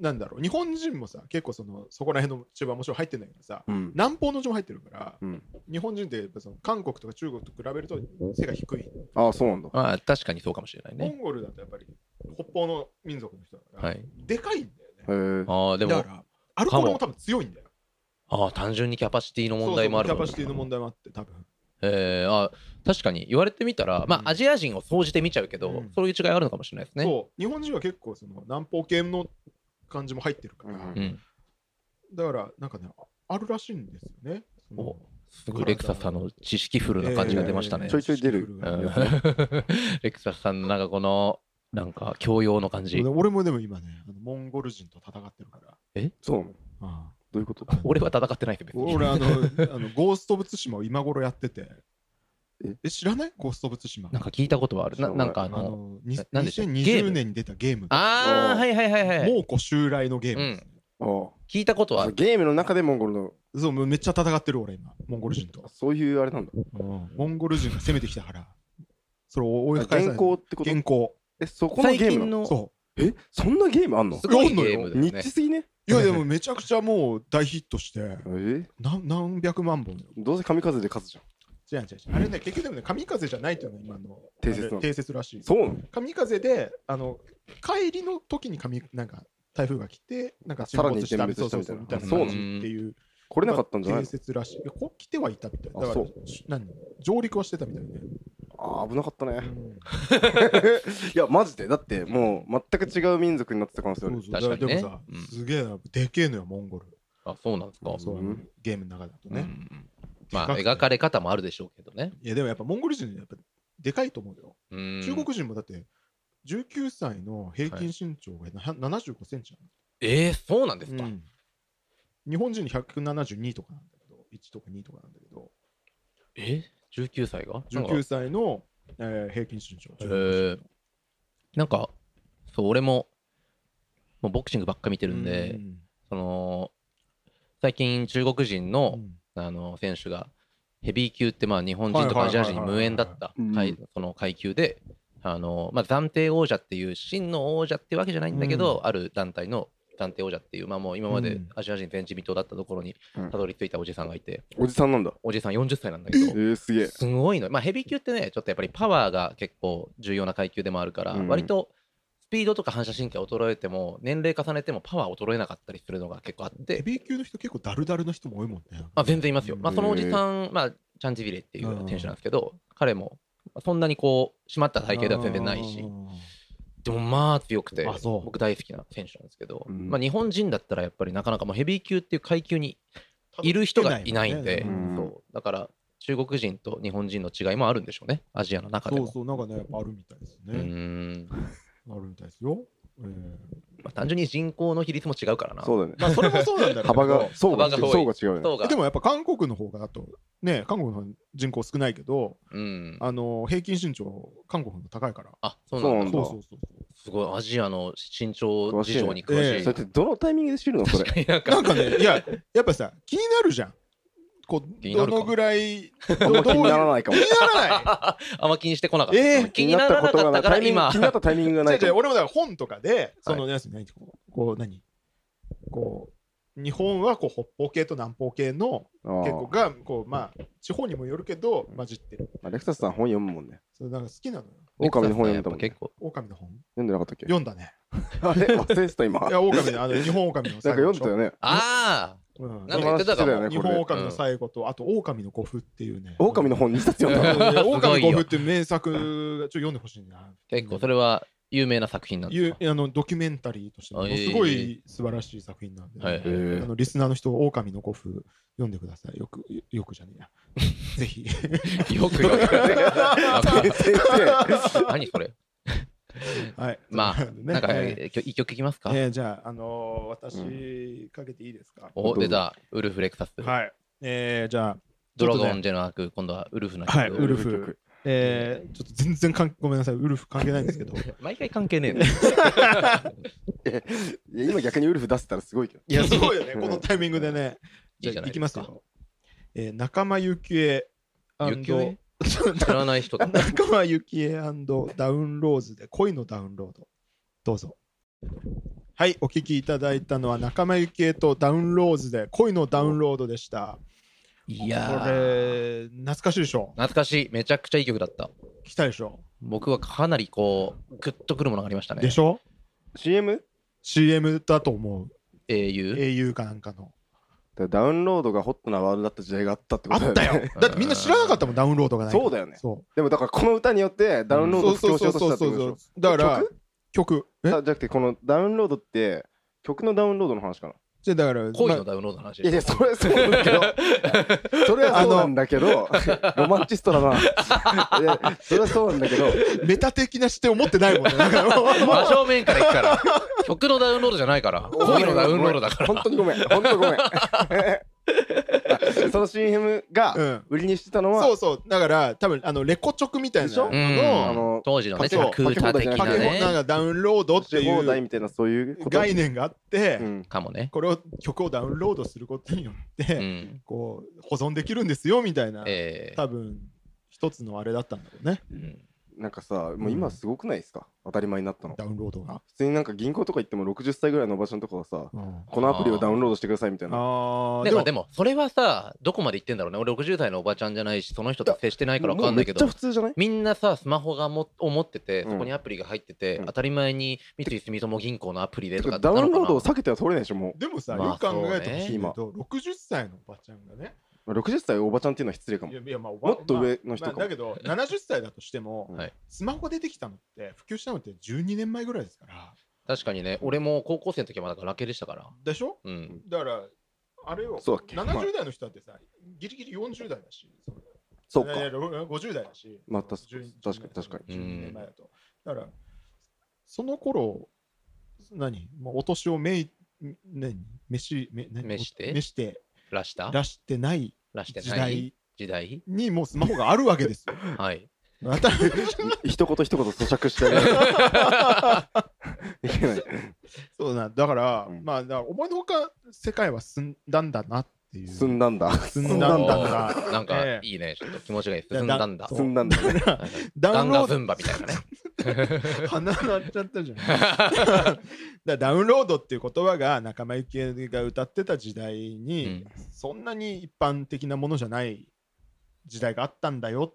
D: なんだろう日本人もさ結構そのそこら辺の中盤もちろん入ってんだけどさ
B: うん
D: 南方の情も入ってるから、
B: うん
D: 日本人ってやっぱその韓国とか中国と比べると背が低い、
B: ああそうなんだ
C: まあ確かにそうかもしれない
D: モ
C: ね
D: ンゴルだとやっぱり北方の民族の人だから、
C: はい
D: でかいんだよね
B: へえ
C: ああで
D: だ
C: も
D: からアルコールも多分強いんだよ
C: ああ単純にキャパシティの問題もある
D: そ
C: も
D: うんそ
C: ね
D: うキャパシティの問題もあって多分
C: えー、あ確かに言われてみたら、ま
D: うん
C: あ、アジア人を総じて見ちゃうけど、
D: うん
C: そういう違いあるのかもしれないですね。
D: そう日本人は結構その南方系の感じも入ってるから、
B: うん
C: うん、
D: だからなんかねあるらしいんですよねその
C: おすごいレクサスさんの知識フルな感じが出ましたね。
B: ちょいちょい出る
C: うんレクサスさんのなんかこのなんか教養の感じ。
D: 俺もでも今ねあのモンゴル人と戦ってるから
B: そうなのど
D: ああ
B: ういうこと
C: 俺は戦ってないけど別に。
D: 俺あのあのゴースト・オブ・ツシマを今頃やってて
B: え
D: え知らないゴースト・オブ・ツシマ
C: なんか聞いたことはある。ななんか
D: あ
C: あの。
D: のに
C: ななんでしたっけゲー
D: 2020
C: ム
D: 年に出たゲーム
C: ああ、はいはいはいはい。
D: 猛虎襲来のゲームですね、
B: あ
C: 聞いたことは
B: あ
C: あ
B: そう
C: る。
B: ゲームの中でモンゴルの
D: そうもうめっちゃ戦ってる俺今モンゴル人と、
B: そういうあれなんだ
D: モンゴル人が攻めてきた からそれを追い返さ
B: 原
D: ない
B: 稿ってこと
D: 現行
B: えそこの
C: 最
B: ゲー
C: 近
B: ムなの
C: のす
D: そ
B: えそんなゲームあんの
C: ごいゲームだよ
B: ニッ
C: ね
B: チ。すぎね
D: ういやでもめちゃくちゃもう大ヒットして
B: え
D: 何何百万本
B: どうせ神風で勝つじゃん
D: 違う違う違うあれね結局でもね神風じゃないっていうのが今の
B: 定説なの
D: あれ定説らしい
B: そうなの
D: 神風であの帰りの時に神なんか台風が来て、なんか
B: さらに
D: 沈没
B: 全滅した
D: そう
B: みた
D: そ
B: いな
D: うみ
C: そうな
D: たいな感
C: の
D: じっていう、
B: 来れなかったんじゃない
D: 伝説らしい。いやこう来てはいたみたい。だ
B: あ
D: から
B: そう、
D: し何上陸はしてたみたいね。
B: あー危なかったね
D: うん
B: いやマジでだってもう全く違う民族になってた可能性ある
D: そうそう
C: 確かにね
D: でもさ
C: うん、
D: すげえな、でけえのよ、モンゴル。
C: あそうなんですか。
D: そう
B: うん
D: ゲームの中だと
C: うんう
D: ね。
C: んまあ描かれ方もあるでしょうけどね。
D: いや、でもやっぱモンゴル人、やっぱでかいと思うよ。
C: 中
D: 中国人もだって、19歳の平均身長がな75センチ
C: えー、そうなんです
D: な
C: か。
D: の、日本人に172とかなんだけど、1とか2とかなんだけど、
C: え19歳が
D: 19歳の、えー平均身長。
C: へーなんか、そう、俺も、もうボクシングばっか見てるんで、
D: うん
C: その、最近中国人
D: う
C: の、
D: ん
C: あの、選手が、ヘビー級って、まあ、日本人とか
D: は
C: ア
D: いはい
C: ジ
D: は
C: ア
D: いはい
C: 人無縁だった
B: うん
C: 階、その階級で、あの、まあ、暫定王者っていう、真の王者ってわけじゃないんだけど、ある団体の暫定王者っていう、まあ、もう今ま
D: う
C: で
D: ん
C: アジア人全人人だったところに
B: うん
C: たどり着いたおじさんがいて、
B: おじさんなんだ
C: おじさん40歳なんだけど
B: え、ー、すげえ
C: すごいの。まあ、ヘビー級ってね、ちょっとやっぱりパワーが結構重要な階級でもあるから、
B: うん
C: 割とスピードとか反射神経衰えても、年齢重ねてもパワー衰えなかったりするのが結構あっ
D: ヘ
C: て、
D: ビー級の人結構ダルダルの人も多いもんね。
C: まあ、全然いますよ。
D: うん
C: まあ、そのおじさん、まあ、チャンジビレっていう店主なんですけど、彼も、まあそんなにこう、締まった体型では全然ないし
D: う、ん
C: でもまあ強くて
D: あ、そう
C: 僕大好きな選手なんですけど、
B: うん
C: まあ、日本人だったらやっぱりなかなかもうヘビー級っていう階級にいる人がいないんで、
D: う
B: うん
C: そうだから中国人と日本人の違いもあるんでしょうね、アジアの中で
D: そ
C: も
D: う。そう、なんかね、やっぱあるみたいです
C: うー
D: ね。
C: ん
D: あるみたいですよ。えー
C: まあ、単純に人口の比率も違うからな。
B: そううだね
D: まあ、それもそうなんだろうけど
B: 幅が層が
C: 幅が多い
B: 層が違うよね
C: が
D: でもやっぱ韓国の方がだと、ね、韓国の方が人口少ないけど、
C: うん、
D: あの平均身長、韓国の方が高いから。
C: あそうなんだ
B: そう
D: そうそうそう
C: すごい、アジアの身長事情に詳
D: 詳
C: し
D: し
C: い。
D: い
B: それってどのタイミングで知るのそれ
C: 確かになん
D: な
C: か
D: んかね、いや、やっぱさ、気になるじゃん。こう
C: 気にな
D: ど
C: るか
D: のぐらい、
B: あ んま気にならないかも
D: 気にならない。
C: あんま気にしてこなかった。
D: えー
C: 気にならなかったから
B: 気にな
C: 今
B: ったことがないタイミング気になったタイミングがな
D: 違
B: いう
D: 違
B: か
D: う
B: も
D: 俺もだから本とかで、その、なんすねこう、こう何こう、日本はこう北方系と南方系の
B: あー
D: 結構が、こう、まあ、地方にもよるけど、混じってる。
B: まあレクサスさん本読むもんね
D: それなんか好きなのよ。
B: 狼の本読
C: や
B: んだ
C: っぱ
B: もん、ね
C: 結、構。
D: 狼の本
B: 読んでなかったっけ
D: 読んだね。
B: あれ忘れてた今
D: い
B: なんか
D: や、狼の、あの、日本狼の最
B: 読
D: 後
B: んで
D: でしたょ
B: よね
C: あ
D: うん
C: あ、なんか言ってたか
B: なん
C: も。
B: か
D: 日本
B: こ
D: 狼の最後と、あと狼の古墳っていうね。
B: 狼の本2冊読んだ
C: う
B: の
C: んす
D: 狼
C: ご
D: の
C: いよ
D: 古墳っていう名作がちょっと読んでほしいな。
C: 結構それは有名な作品なんで
D: い
C: す
D: う
C: か。
D: あのドキュメンタリーとしても
C: あええ
D: すごい素晴らしい作品なんで、
C: はいはい
D: あのリスナーの人、狼の古墳読んでください。よく、よくじゃねえや。 ぜひ。
C: よくよく。なん か
B: 先生
C: 何それ。
D: はい。
C: まあ
D: そ、う
C: なんか、
D: ね
C: え一曲いきますか。
D: ええじゃあ、あのー私、かけていいですか。
C: お、出た。ウルフレクサス。
D: はい。えー、じゃあ、
C: ドラゴ
D: ちょっと
C: ン
D: ね
C: ジェの悪、今度はウルフの
D: はい、
C: 曲
D: ウ
C: を。
D: ルフ。えー、ちょっと全然関ごめんなさい、ウルフ関係ないんですけど。
C: 毎回関係ねえね。
B: いや今逆にウルフ出せたらすごいけど
D: いや、すごいよね、このタイミングでね。
C: い
D: じ
C: いじゃ
D: ゃあ、
C: ないで
D: いき
C: すか
D: ますよ。えー、仲間由紀恵
C: ゆきえ知
D: 仲
C: らない人だ。
D: 間由紀恵ダウンローズで恋のダウンロード。どうぞ。はい、お聞きいただいたのは仲間由紀恵とダウンローズで恋のダウンロードでした。
C: い
D: こ
C: やー。
D: れ、懐かしいでしょ
C: 懐かしい。めちゃくちゃいい曲だった。
D: 聞きたいでしょ
C: 僕はかなりこう、グッとくるものがありましたね。
D: でしょ
B: CM?
D: ?CM だと思う。
C: au?
D: 英雄かなんかの。
B: だからダウンロードがホットなワードだった時代があったってこ
D: あ
B: とだよ
D: っ
B: ね
D: たよ。だってみんな知らなかったもん、ダウンロードがないから。
B: そうだよね
D: そ
B: でもだからこの歌によってダウン
D: う。
B: ロードを布教しようとしたってことでしょ
D: だから、曲。え
B: あじゃなくてこのダウンロードって曲のダウンロードの話かな
D: じゃあだから、
C: 恋のダウンロードの話
B: いやい
C: で
B: や
C: す。
B: それはそうなんだけど それはそうなんだけどロマンチストだ ないやそれはそうなんだけど
D: メタ的な視点を持ってない もんね。だから
C: 真正面から行くから。曲のダウンロードじゃないから。恋のダウンロードだから。
B: 本当にごめん本当にご めんその CM
D: う
B: が
D: ん
B: 売りにしてたのは
D: そうそう、だから、多分あのレコチョクみたいな
B: でしょ
D: の
B: う
C: うん
B: あ
D: の、
B: の
C: 当時のね、
B: そう
C: クーター的
B: パ
D: パ
C: な
D: ケモンなん
C: ね。
D: かダウンロードって
B: し
D: い
B: 放題
D: う
B: みたいなそういうこと
D: 概念があって、
B: うん
C: かもね。
D: これを曲をダウンロードすることによって、
C: うん。
D: こう保存できるんですよみたいな、
C: ええ
D: 多分一つのあれだったんだろうね。
C: うん
B: なんかさもう今すごくないですか、当たり前になったの
D: ダウンロードが。
B: 普通になんか銀行とか行っても60歳ぐらいのおばちゃんとかがさ
D: うん
B: このアプリをダウンロードしてくださいみたいな
D: あー
C: だからでもそれはさどこまで言ってんだろうね俺60代のおばちゃんじゃないしその人と接してないから分かんないけ
B: も
C: ど
B: うめっちゃ普通じゃない
C: みんなさスマホがもを持ってて
B: うん
C: そこにアプリが入ってて、
B: うん
C: 当たり前に三井住友銀行のアプリでとか
B: ダウンロードを
C: なのか
B: 避けては通れないでしょも
D: でもさ、
C: まあ
D: よく考えてほしいんだけ
B: そ
D: ど、60歳のおばちゃんがね、
B: う60歳おばちゃんっていうのは失礼かも
D: いやいやまあおば
B: もっと上の人
D: まあ
B: か
D: ま
B: も、
D: あだけど、70歳だとしても、
C: はい
D: スマホが出てきたのって、普及したのって12年前ぐらいですから。
C: な確かにね俺も高校生の時はまだガラケーでしたから
D: でしょ
C: うん
D: だから、あれよ、
B: そうだっけ
D: 70代の人だってさ、ギリギリ40代だし、
B: そうか
D: いやいや50代だし、
B: まあ確か
D: 10
B: 確かに確かに
C: うん
D: 12年前だと。だから、その頃何もうお年をめい、何飯、め何
C: 召して
D: 召して、
C: らした
D: 出してない
C: らして
D: 時
C: ない
D: 代
C: 時代
D: にもうスマホがあるわけです よ。
C: はい
D: 当たり前
B: 一言一言咀嚼してあ げないいけない
D: そうなんだから、
B: うん
D: まあ、だから思いのほか世界は進んだんだなっていう。
B: 進んだんだ
D: 進
B: そ
D: ん
B: う
D: だんだ
C: お
D: な
C: ーなんか
D: ええ
C: いいねちょっと気持ちがいい進んだんだ
D: そう
B: 進んだんだ
C: はいはい
D: ダ
C: ガ
D: ウ
C: ン
D: ンロ
C: ガ
D: ード
C: ズンバみたいなね
D: 鼻鳴っちゃったじゃん。 だからダウンロードっていう言葉が仲間由紀恵が歌ってた時代
C: う
D: に
C: ん、
D: そんなに一般的なものじゃない時代があったんだよ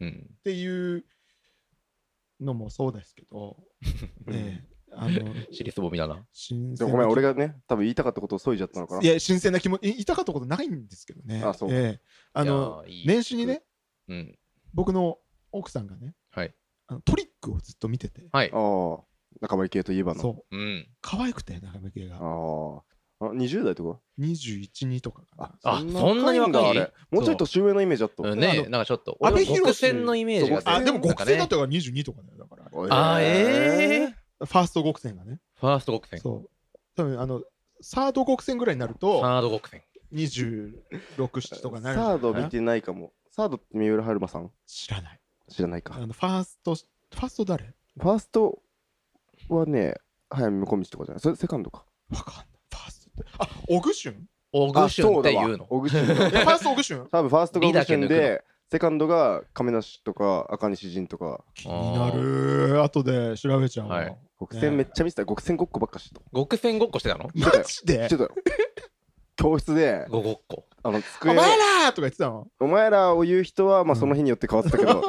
C: うん
D: っていうのもそうですけど、 ねえ、あの
C: シリスボミだな
D: 新
B: で
D: 鮮
B: も
D: な
B: ごめん俺がね多分言いたかったことを削いじゃったのかない
D: や新鮮な気持ちい痛かったことないんですけどね。
B: あそう
D: ええあの
C: いやーいい
D: 年始にね
C: うん
D: 僕の奥さんがね
C: はい
D: あのトリックをずっと見てて、
C: はい
B: ああ仲間由紀恵といえばの
D: そう
C: うん
D: 可愛くて中目系が
B: あああ20代とか
D: 21人とかかな
C: あそんなに若い
B: んだあれもうちょい年上のイメージだった
C: うん
D: あ
C: ね
D: の
C: なんかちょっと
D: 阿部
C: 俺
D: 寛
C: 極戦のイメージが
B: そう
D: あでも
C: なんか
D: 極
C: ね
D: 戦だったから22とかだよだからあれ
C: あーえー
D: ファースト極戦がね
C: ファースト極戦
D: そう多分あのサード極戦ぐらいになると
C: サード極戦
D: 267とかになるんじゃ
B: サ
D: ない
B: ード
D: かな
B: 見てないかもサードって三浦春馬さん
D: 知らない
B: 知らない
D: あ
B: か
D: のファーストファースト誰
B: ファーストはね早見向道とかじゃないそれセカンドか
D: わかんないファーストってあオグシュン
C: オグシュンっていうの
B: オグシュン
D: えファーストオグシュン
B: 多分ファーストがオグシュン
C: リーダー
B: でセカンドが亀梨とか赤西仁とか
D: 気になる後で調べちゃうわ、
C: はい
B: 極戦めっちゃ見てた極戦ごっこばっかしてた
C: 極戦ごっこしてたの
B: 見てた
D: マ
B: よ
D: ジ
B: して
D: で
B: たよ教室で
C: ごごっこ
B: あの
D: お
B: 机
D: 前
B: を
D: らとか言ってたの
B: お前らを言う人はまあその日によって変わってたけ ど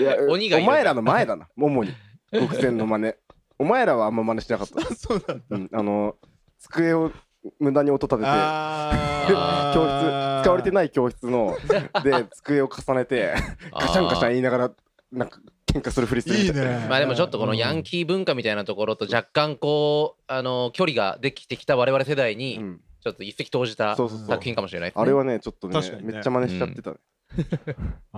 B: いや
C: 鬼がい
B: お
C: る
B: 前らの前だな主に極戦の真似お前らはあんま真似してなかった
D: そうなんだ。
B: うん、あの机を無駄に音立てて
D: あ
B: 教室使われて
D: い。
B: ない教室 ので机を重ねて
C: あー
B: カシャンカシャン言いながらなんか喧嘩するふりするみた
D: い
B: い
D: い
B: な
D: ね。
C: まあでもちょっとこのヤンキー文化みたいなところと若干こうあの距離ができてきた我々世代
B: う
C: に
B: ん、
C: ちょっと一石投じた
B: そうそうそう
C: 作品かもしれないですね
B: あれはねちょっとね
D: 確かにね
B: めっちゃ真似しちゃってたね、
D: ー。あ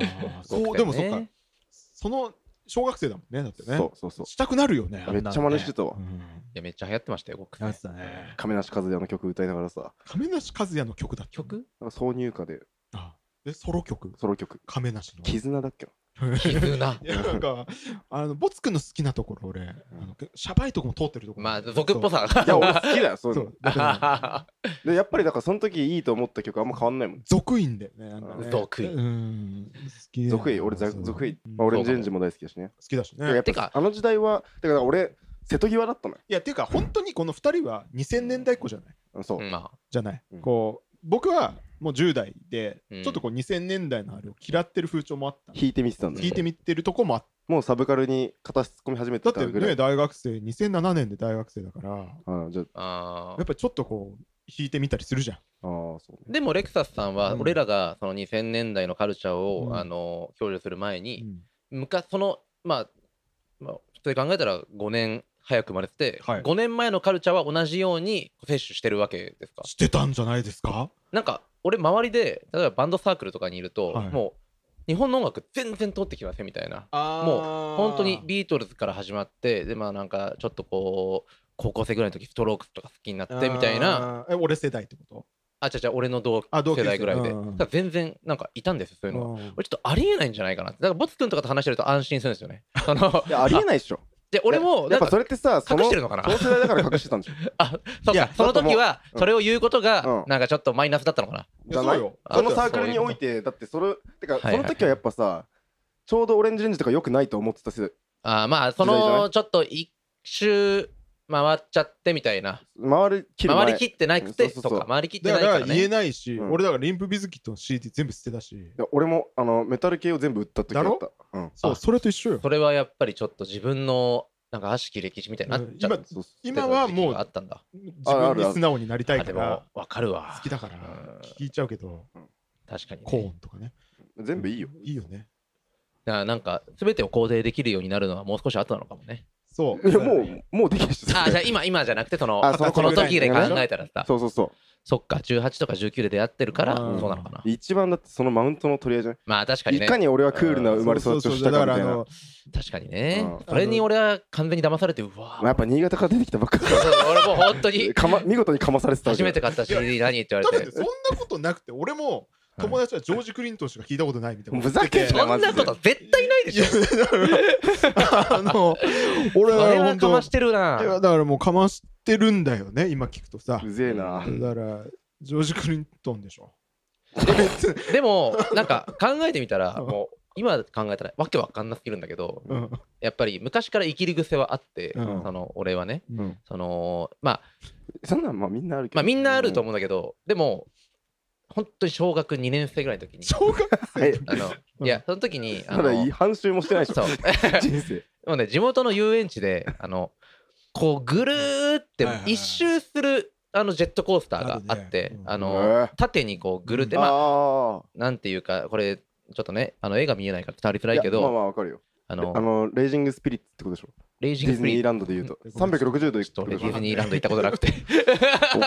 C: 極
D: ーそう
C: 戦
D: でもそっか
C: ね。
D: その小学生だもんね。だってね。
B: そうそうそう
D: したくなるよね。
B: めっちゃ真似してたわ
D: あんなの
C: い
D: ね
C: やめっちゃ流行ってましたよ極
D: うん。や
C: 戦
D: ってたね。
B: 亀梨和也の曲歌いながらさ
D: 亀梨和也の曲だった。
C: 曲
B: なんか挿入歌で
D: あで、ソロ曲。
B: ソロ曲
D: 亀梨
B: 「
D: の。
B: 絆」だっけ
C: 絆
D: いやなんか、あの、ボツくんの好きなところ、俺、あの、シャバいとこも通ってるところ。
C: まあ俗っぽさ
B: ないや俺好 きだよそう
D: そ。
B: いうう
D: そ
B: の
D: う。だから
B: でやっぱりだからその時いいと思った曲あんま変わんないもん
D: 俗いんだよね。あのね
C: 俗い
D: うん。好きだよ
B: 俗い俺ざ
D: そう
B: 俗い、
D: うん
B: まあ、オレンジレンジも大好きだしね
D: 好きだし
B: だから
D: ね
B: や。っぱ
C: てか
B: あの時代はだから俺瀬戸際だったのよ
D: いや、っていうか、本当にこの2人は2000年代っ子じゃない
B: あのそう、
C: うんまあ
D: じゃない、
B: うん
D: こう僕はもう10代で、
C: うん
D: ちょっとこう2000年代のあれを嫌ってる風潮もあった
B: 弾いてみてたんだよ
D: 聞いてみてるとこもあっ
B: もうサブカルに片足突っ込み始め
D: た
B: てた
D: だって
B: ぐら
D: ね
B: い。
D: 大学生2007年で大学生だからや
B: ああじゃ
C: あ
D: っ
C: ー
D: ぱりちょっとこう弾いてみたりするじゃん
B: あ、ああそうね。
C: でもレクサスさんは
D: うん
C: 俺らがその2000年代のカルチャー
D: う
C: を
D: ん
C: あの享受する前に、
D: うん
C: 昔そのまあ、まあ、普通に考えたら5年早く生まれてて、
D: はい
C: 5年前のカルチャーは同じように摂取してるわけですか
D: してたんじゃないですか
C: なんか俺周りで例えばバンドサークルとかにいると、
D: はい
C: もう日本の音楽全然通ってきませんみたいなもう本当にビートルズから始まってでまあなんかちょっとこう高校生ぐらいの時ストロークスとか好きになってみたいな
D: あーえ俺世代ってこ
C: あ違う違う俺の同
D: あ同級
C: 世
D: 生
C: 代ぐらいで、
D: うんうん
C: だから全然なんかいたんですよそういうのが。
D: と
C: 俺ちょっとありえないんじゃないかなってだからボツ君とかと話してると安心するんですよね。そ の
B: いやありえないっしょ。
C: で俺
B: や
C: もな
B: っ
C: ん
B: ぱ
C: か
B: それってさ、そ
C: 隠
B: の
C: してるのかな
B: 同世代だから隠してたんでしょ。
C: あそうか
D: いや
C: その時は
B: うん
C: それを言うことが
B: うん
C: なんかちょっとマイナスだったのかな。
B: じゃない
D: よ
B: そのサークルにおいて、だってそれ、てか
C: はいは
B: そ
C: い
B: の時はやっぱさ、ちょうどオレンジレンジとか良くないと思ってたせ
C: あーまあそ
B: 時代じゃな
C: の
B: い
C: ちょっと一周回っちゃってみたいな
B: 回りきる前
C: 回りきってないくて
B: そう
C: と
B: そうそう
C: か回りきって
D: だ
C: な
D: か
C: いからら
D: 言え
C: ね
D: ないし、
B: うん
D: 俺だからリンプビズキットの CD 全部捨てたし、
B: いや俺もあのメタル系を全部売った時だったうん
D: そう
C: あ
D: それと一緒よ
C: それはやっぱりちょっと自分のなんか悪しき歴史みたいになっちゃってた
B: そうそう
D: 今は
C: 時
D: も
C: 期
D: う
C: があったんだ
D: 自
B: あ
D: 分
B: あるあ
D: に
B: る
D: 素直になりた
C: あ
D: いか
C: で
D: ら
C: もわかるわ
D: 好きだから
C: うん
D: 聞いちゃうけど
C: 確かに、ね、
D: コーンとかね
B: 全部いいよ
D: いいよね
C: だからなんか全てを肯定できるようになるのはもう少し後なのかもね
D: そう
B: いや もうもうできるし
C: あーじゃあ今今じゃなくてその
B: あそ
D: の
C: この時で
B: ぐ
C: 考
B: らい
C: えたらさ
B: そうそうそ
C: そっか18とか19で出会ってるから
D: うん
C: そうなのかな
B: う一番だってそのマウントの取り合いじゃ
C: まあ確
B: な
C: かに
B: いい
C: ね
B: かに俺はクールな生まれ育ちをしたかみたいな
D: そうそうそうだからあの
C: 確かにね
B: うん
C: それに俺は完全に騙されてうわ
B: まあやっぱ新潟から出てきたばっか
C: そうそう俺もう本当 に
B: りか ま見事にかまされてたわけ
C: 初
B: だ
C: めて買った CD 何って言わ
D: だ
C: れ
D: っててそんなことなくて俺も友達はジョージ・クリントンしか聞いたことないみたいな
B: ふざけん
C: そ
B: なマ
C: ん
B: ジ
C: な
B: で
C: こと絶対ないでしょ。
D: いやだからあの 俺
C: それ
D: は
C: は
D: 本
C: か
D: 当
C: ましてる
D: いや
C: な。
D: だからもうかましてるんだよね今聞くとさ
B: うぜえな
D: だからジョージ・クリントンでしょ
C: でも、なんか考えてみたら、
D: うん
C: もう今考えたらわけわかんなすぎるんだけど、
D: うん
C: やっぱり昔から生きり癖はあって、
D: うん
C: その俺はね、
D: うん
C: そのまあ、
B: そんなんまあみんなあるけど
C: まあみんなあると思うんだけど、でも、本当に小学2年生ぐらいの時に、
D: 小学生
B: え
D: の
C: あの
D: うん
C: いや、その時に、あ
B: まだ
C: の
B: いい半周もしてないでし
C: そ
B: ょ
C: う
B: 人生
C: もうね、地元の遊園地で、あのこうぐるーって
D: はいはいはい
C: 一周するあのジェットコースターがあ
D: あ
C: っ
D: るね
C: て
D: う、ん
C: あ
B: へ
C: の
B: え
C: 縦にこうぐるって、
D: うん
C: まあ、
B: あ
C: なんていうか、これ、ちょっとね、あの絵が見えないから伝わりづ
B: あ
C: らいけど、
B: まあまあわかるよ
C: あ
B: え
C: の
B: あのレイジングスピリッツってことでしょ
C: レイジン
B: ディ
C: グス
B: ズ
C: プリ
B: ニー
C: ン
B: ランドで言うと
D: うん
B: 360度行
C: ち
B: く
C: ょっと
B: っ
C: 俺
B: て
C: デ
B: こ
C: ィ
B: と
C: ズニーランド行ったことなくて。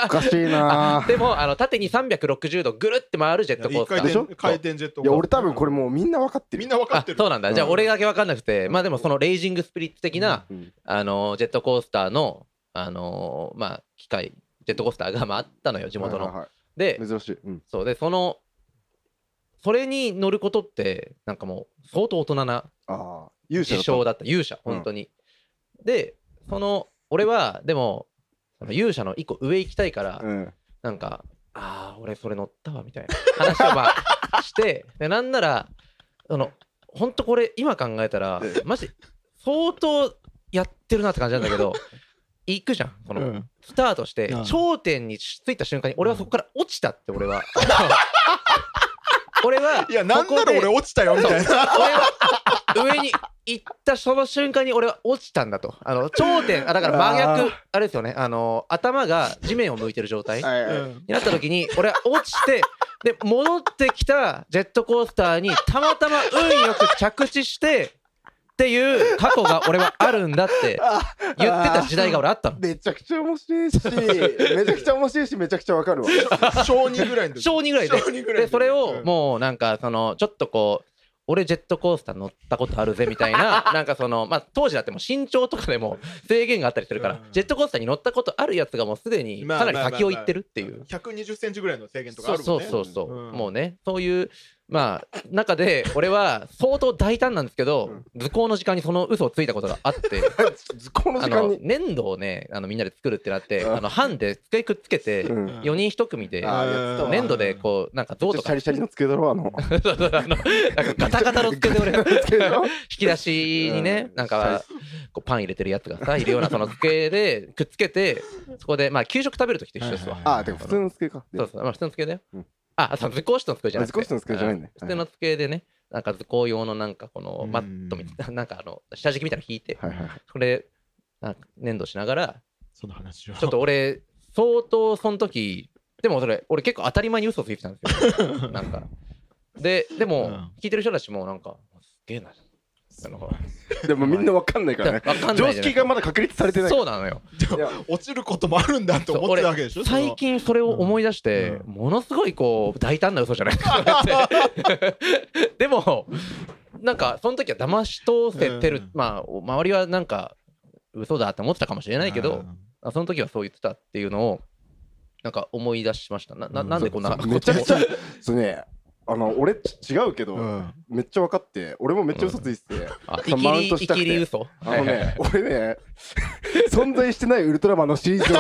B: おかしいな
C: で も、あの縦に360度ぐるって回るジェットコー
D: 一
C: スタ
B: でし
C: ー。
B: ょ
D: 回転回転ジェット
B: いや俺多分こ
D: れ
B: れもうみんな分かってる
D: みんな分かっ
C: あ
D: てる
C: そうなんだ、じゃあ
B: うん
C: 俺だけ分かんなくて、まあでもそのレイジングスピリッツ的な、
B: うん
C: あのジェットコースターの、あのーまあ機械ジェットコースターがまああったのよ地元の、
B: はいはいは
C: で
B: い珍しいうん
C: そうでそのそれに乗ることってなんかもう相当大人な
B: ああ勇者だっ
C: 自
B: た
C: 称だった勇者
B: うん
C: 本当に、でその俺はでもその勇者の一個上行きたいから、
B: うん
C: なんかああ俺それ乗ったわみた いな話をまあしてでなんならそのほんとこれ今考えたら
B: ええ
C: マジ相当やってるなって感じなんだけ ど行くじゃんこの、
D: うん
C: スタートして
D: うん
C: 頂点に着いた瞬間に俺はそこから落ちたって俺 は俺はい
D: やなんな
C: ここ
D: ら
C: で
D: 俺落ちたよみたいな
C: 俺は上に行ったその瞬間に俺は落ちたんだとあの頂点あだから真
B: あ
C: 逆
B: ー
C: あれですよねあの頭が地面を向いてる状態に
B: はいはい
D: うん
C: なった時に俺は落ちてで戻ってきたジェットコースターにたまたま運よく着地してっていう過去が俺はあるんだって言ってた時代が俺あったの
B: めちゃくちゃ面白い しめちゃくちゃ面白いしめちゃくちゃ分かるわ
D: 小2ぐらいの時
C: 小二ぐらいで
D: 小二ぐら
C: で
D: いの時
C: それ
D: う
C: を
D: ん
C: もうなんかそのちょっとこう俺ジェットコースター乗ったことあるぜみたい ななんかそのまあ当時だってもう身長とかでも制限があったりするから
D: うん
C: ジェットコースターに乗ったことあるやつがもうすでに
D: まあ
C: かなり先を行ってるっていう
D: 120センチぐらいの制限とかあ
C: そう
D: る
C: そうそ
D: もんね
C: うそう
D: うん
C: もうねそういうまあ中で俺は相当大胆なんですけど図工の時間にその嘘をついたことがあって。
B: この
C: あ
B: 時間
C: の
B: に
C: 粘土をねあのみんなで作るってなって
B: うん
C: あの班で机くっつけて
B: うん
D: うん
C: 4人1組で
B: あーやってたわ
C: 粘土でこうなんか銅
B: ちょ
C: と
B: っとシ
C: か
B: ャリシャリのつけだろあの
C: そうそうあのなんかガタガタのつけで 俺引
B: けだろ
C: き出しにね
B: うん
C: なんかこうパン入れてるやつがさいるようなそのつけでくっつけてそこでまあ給食食べる時と一緒ですわ
D: はいはい
B: ああてか普通のつけか
C: そうそうまあ普通のつけだよ
B: うん
C: あそう図工室のつけじゃなく
B: あ図
C: て
B: 工室の机じゃないんだ
C: う普通のつけでねなんか図工用のなんかこのマットみたいな なんかあの下敷きみたいなの引いて
B: はいはいはい
C: それなんか粘土しながら
D: その話を
C: ちょっと俺相当その時でもそれ俺結構当たり前に嘘ついてたんで すよなんかででも、
D: うん
C: 聞いてる人たちもなんかすげえなあの
B: でもみんな分かんないから
C: 分
B: ね
C: かんないじ
B: 常
C: ゃない
B: 識がまだ確立されてない
C: そうなのよ
B: いや
D: 落ちることもあるんだと思ってたわけでしょ
C: そう俺最近それを思い出して、
D: うん
C: ものすごいこう大胆な嘘じゃないですかそれってでもなんかその時は騙し通せてる、
D: うん
C: まあ周りはなんか嘘だって思ってたかもしれ
D: じ
C: ないけど、あその時はそう言ってたっていうのをなんか思い出しましたなななんでこんな
B: めちゃくちゃそうねあの俺ち違うけど、
D: うん
B: めっちゃ分かって俺もめっちゃ嘘ついてて、
C: あ、
B: そ
C: いうき
B: マウ
C: り、
B: ン
C: い
B: トしたくて
C: きり嘘。
B: あのね俺ね存在してないウルトラマンのシリーズを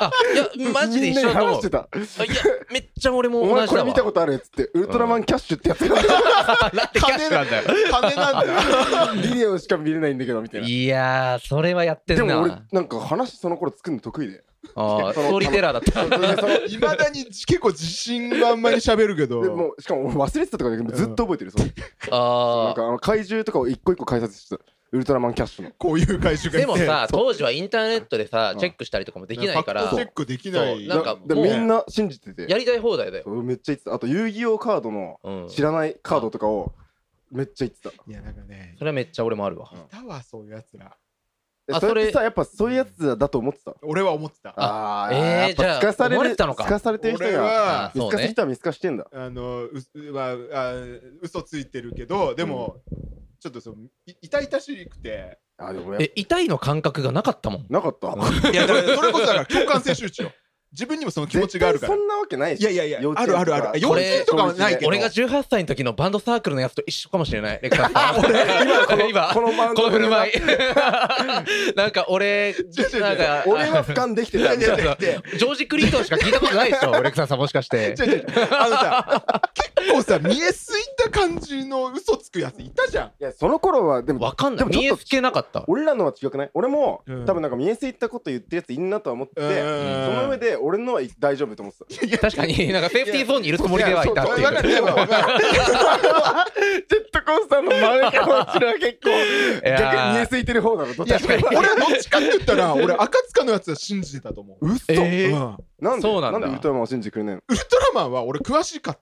C: あ、い や、マジで一緒だと
B: みんなに
C: 思
B: 話
C: う
B: して。た
C: あいや、めっちゃ俺も
B: お
C: 同
B: 前
C: じ
B: こ
C: だ
B: れ見た
C: わ。
B: ことあるっつってウルトラマンキャッシュってやつが
C: だってキャッシュなんだよ。
D: 金なんだ
B: ビデオしか見れないんだけどみたいない
C: やー、それはやって
B: で
C: ん
B: も俺
C: な。
B: なんか話その頃作るの得意で
C: あーストーリーテラーだっ
B: そ
C: た。
B: れでその
D: いまだに結構自信があんまり喋るけど
B: でもうしかも俺忘れてたとかじゃなくてずっと覚えてるそのな
C: あ
B: ん
C: ー
B: かあの怪獣とかを一個一個解説してたウルトラマンキャッシュの
D: こういう回収がい
C: で
D: て
C: もさ、当時はインターネットでさ
B: う、ん
C: チェックしたりとかもできないか
D: ファ
C: ら
D: クトチ、ェックできな
C: そう
D: い
C: なんか
B: で
C: もう
B: みんな信じてて
C: やりたい放題だよ。
B: そうめっちゃ言ってたあと遊戯王カードの
C: うん。
B: 知らないカードとかをめっちゃ言ってた
D: いやなんかね
C: それはめっちゃ俺もあるわ。
D: いたわそういうやつら
B: え
C: あ
B: それっ
C: それ
B: てさやっぱそういうやつだと思ってた
D: 俺は思ってた
B: あ
C: えー
B: やっぱ
C: じゃあ
B: 透かされ
C: 思わ
B: る
C: れてたのか
B: 透かされてる人
D: 俺
B: が
D: は
C: あ
B: 見透
C: そう
B: かす
C: ね。
B: 人は見透かしてんだ
D: あのうすはあ嘘ついてるけどでも、ちょっとそうい痛々しくて
B: あでもやっ
C: え、痛いの感覚がなかったもん。
B: ぱなかった
D: いやだから それこそだから共感性周知よ自分にもその気持ちがあるから
B: 絶対そんなわけない
D: いやいやいや
B: 幼稚
D: あ
B: 園と
D: る
B: か
D: あるある幼
C: こ
D: 稚
C: れ
D: 園とかはないけど
C: 俺が18歳の時のバンドサークルのやつと一緒かもし れない。レクターさん 今、
B: このマウン
C: こ
B: ト
C: の振る舞い。 なんか俺、なんか、
B: 俺は俯瞰できてたんだよ
C: そ うそうジョージ・クリートンしか聞いたことないで しょ、レクサさんもしかして
D: 違。う違う違うあのさ 結構さ見えすいた感じの嘘つくやついたじゃん
B: いやその頃はでも
C: わかんな
B: でも
C: い。
B: ちょっと
C: 見えつけなかった。
B: 俺らのは違くない俺も、
D: うん
B: 多分なんか見えすいたこと言ってるやついんなとは思って、
D: うん
B: その上で俺のは大丈夫と思ってた
C: 確かに、なんかセーフティーゾーンにいるつもりではいたってい
D: わか
C: う。
D: るでも わかる
B: ジェットコースターの真上から落ちるは結構
C: やー
B: 逆に見えすいてる方だろどっちか
C: 確かに。
D: 俺はどっちかって言ったら俺赤塚のやつは信じてたと思う
B: 嘘、
C: えー
D: うん
B: なんで
C: そうなんだ
B: でウルトラマンを信じてくれないの
D: ウルトラマンは俺詳しかった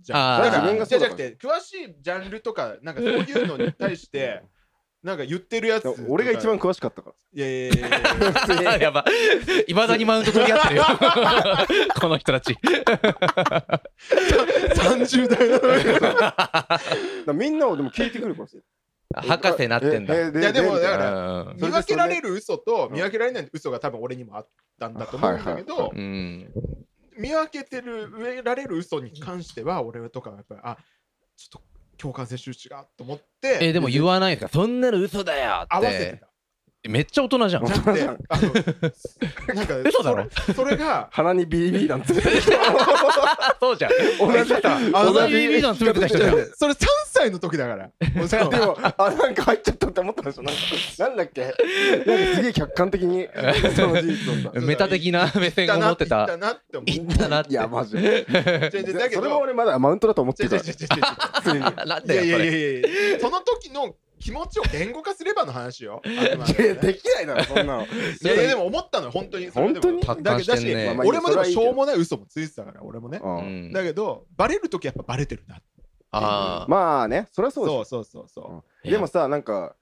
D: じゃん。
C: あー
D: だから
C: 自分が
B: そう
D: じ
B: だ
D: ゃ
B: か
D: な
B: ら
D: くて詳しいジャンルとかなんかそういうのに対してなんか言ってるやつ
B: でも俺が一番詳しかったか
D: いやいやい やいや
C: やば。いまだにマウント取り合ってるよ。 この人たち。
D: 30代の
B: らだからみんなをでも聞いてくるかもしれない
C: 博士なってんだ。
B: え
C: う
B: ーで
D: いやでも
B: みた
D: だ
B: い
D: から
B: なん
D: 見分けられる嘘と見分けられない嘘が多分俺にもあったんだと思うんだけど、
B: はいは
C: うん。
D: 見分けてる植えられる嘘に関しては俺とかはやっぱりあちょっと共感性周知がと思って
C: え、でも言わないですかそんなの嘘だよ
D: 合
C: っ
D: わせて
C: て。
D: た。
C: めっちゃ大人じゃん
D: じ。ゃなくてあのなんか
C: 嘘だろ
D: それそれが
B: 鼻にビリビリなんつって
C: あ、そうじゃん。
B: 同じだ
D: あの
C: 同じビリなん詰めてた人じゃん。
D: それ3歳の時だから。もうその
B: でも、あ、なんか入っちゃったって思ったんでしょなんか、なんだっけなんかすげえ客観的に、その事実なんだ。
C: メタ的な目線を持って
D: 行った
C: た。
D: なって思う。
C: 言ったなって。
B: いや、マジで。
D: 全然だけ
B: そ
D: ど、
B: れは俺まだマウントだと思って
D: 違う
B: る
D: 違
B: か
D: う違う
B: ら、
D: 違
B: 普通に。
C: なん
D: う
C: だ
D: い
C: よ、
D: やい
C: そ
D: や
C: れ。
D: いやいや、その時の気持ちを言語化すればの話よ。い
B: いやできないだろ、そんなの。
D: いやいや、でも思ったのよ、本当に。それでも
B: 本当に
C: 達観してんね
B: まあ。
D: 俺もでもしょうもない嘘もついてたから、俺もね。
C: う
B: うん
C: ん
D: だけど、バレる時やっぱバレてるな。
C: ああ。
B: まあね、そりゃそうで
D: そうそうそうそ
B: しょでもさ、なんか、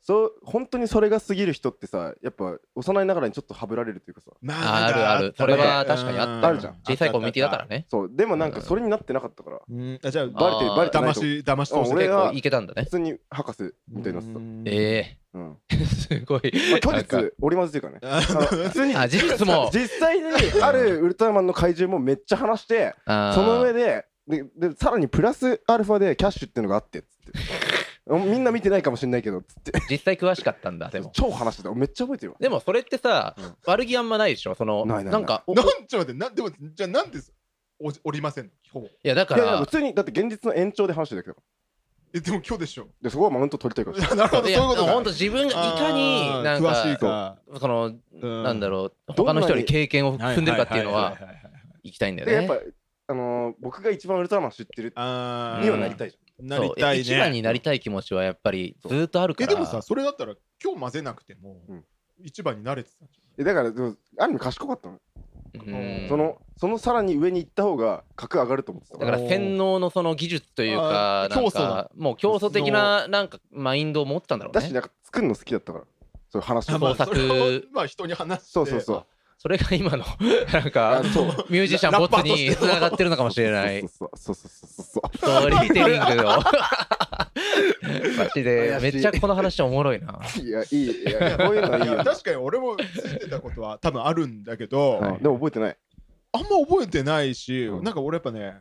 B: そう本当にそれが過ぎる人ってさやっぱ幼いながらにちょっとはぶられるというかさ
D: う。ま
C: ああるある。それは確かにあった。
B: あるじゃん
C: 小さいコミュニティだから。ね。
B: そうでもなんかそれになってなかったから
D: うん、あじゃあ、
C: あ
B: バレてる
C: ー
B: バレてない
D: 騙
B: と
D: し
B: 思う、
D: 騙し通して
B: 俺
C: 結
B: が
C: 構いけたんだ
B: 普
C: ね。
B: 通に博士みたいになってた
C: え
B: うん
C: えすごい。
B: まあ
C: なんか
B: 虚実織り交ぜて いうかね
D: あ
B: あの普通に
C: あ、事実も。
B: 実際にあるウルトラマンの怪獣もめっちゃ話してそ
C: そ
B: の上でででさらにプラスアルファでキャッシュっていうのがあってっつ ってみんな見てないかもしれないけどっつって
C: 実際詳しかったんだ、でも。
B: 超話してためっちゃ覚えてるよ
C: でもそれってさ
B: うん、
C: 悪気あんまないでしょ。その、
B: ないないない
C: なんか、おい
D: なんちょっと待って、なでも、じゃあなんでおおりませんの今日。
C: やだか
B: いやいや普
C: ら、
B: 通にだって現実の延長で話してたけど
D: え、でも今日でしょ。
B: でそこはマウント取りたいから
D: なるほど、そう
C: い
D: い
C: や
D: うことか。
C: ほんと自分がいかに、
D: あー
C: なん
D: 詳しい
C: か、
D: か。
C: その、なんだ
D: ろ
C: ろう、
B: どんな
C: 他
B: に
C: の人より経験を積んでるかっていうのは、行きたいんだ
B: でやっ
C: よ
B: ぱ
C: ね。
B: あのー僕が一番ウルトラマン知ってる
D: あー
B: にはなりたいじ
D: な
C: そう
D: りたいね。
C: 一番になりたい気持ちはやっぱりずーっとあるか
D: え、
C: ら。
D: でもさ、それだったら今日混ぜなくても
B: うん、
D: 一番に慣れてたんじ
B: ゃんえだからでもある意味賢かったの
C: うん
B: そのそのさらに上に行った方が格上がると思ってた
C: だ
B: か
C: からら洗脳のその技術という
D: あ
C: か
D: ー
C: なん
D: 競争だ
C: かもう競争的ななんかマインドを持ってたんだろう
B: だし
C: ね
B: なんか作るの好きだったからそういう話
D: ゃん。
B: を
C: まあ
D: それをまあ人に話して。
B: そうそうそう
C: それが今のなん
B: あ
C: か
B: そう
C: ミュージシャン
D: ラ
C: ボ
D: ラッパ
C: ツ
D: ーとして
C: に
D: の
C: つながってるのかもしれない
B: そうそうそうそうそうそう
C: ストーリーテリングのマジでめっちゃこの話おもろいな
B: そういやいいいやこういうのはいい
D: い
B: よ
D: や確かに俺もついてたことは多分あるんだけど、
B: うんでも覚えてない
D: あんま覚えてないし、
B: うん
D: なんか俺やっぱね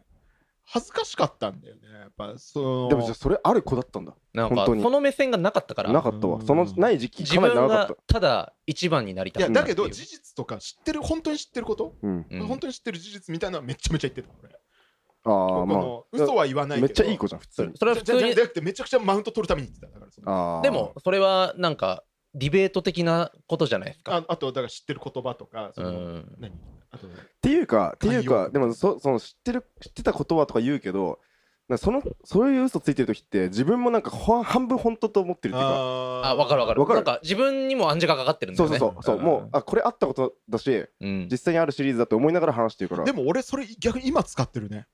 D: 恥ずかしかったんだよねやっぱその
B: でもじゃあそれある子だったんだ
C: なんか
B: 本当に
C: その目線がなかったから
B: なかったわそのない時期
C: 自
B: かなり長
C: 分
B: かっ
C: が
B: た
C: ただ一番になりた
D: い
C: か
D: や
C: った
D: だけど
C: っていう
D: 事実とか知ってる本当に知ってること、
B: うん
C: うん
D: 本当に知ってる事実みたいなのはめちゃめちゃ言ってた俺
B: ああ
D: 僕
B: ま
D: の嘘は言わ
B: あ
D: ないけ
B: め
D: ど
B: っちゃいい子じゃん普通に
C: それは普
D: じゃ
C: 通
D: じゃ
C: に
D: じゃなくてめちゃくちゃマウント取るために言ってただからその
B: ああ
C: でもそれはなんかディベート的なことじゃないですか
D: ああとだから知ってる言葉とかそうの、
C: ん
D: 何あと
B: っていうか、っていう
D: 慣
B: か、
D: 用
B: でもそその知ってる知ってたことはとか言うけど、なんかそのそういう嘘ついてる時って自分もなんかほ半分本当と思ってるっていうか、
D: あ
C: あ分かる分かる
B: わかる
C: なんか自分にも暗示がかかってるんだ
B: そ
C: よ
B: うそ
C: ね
B: うそう、そうもうあこれあったことだし、
C: うん
B: 実際にあるシリーズだって思いながら話してるから、
D: でも俺それ逆に今使ってるね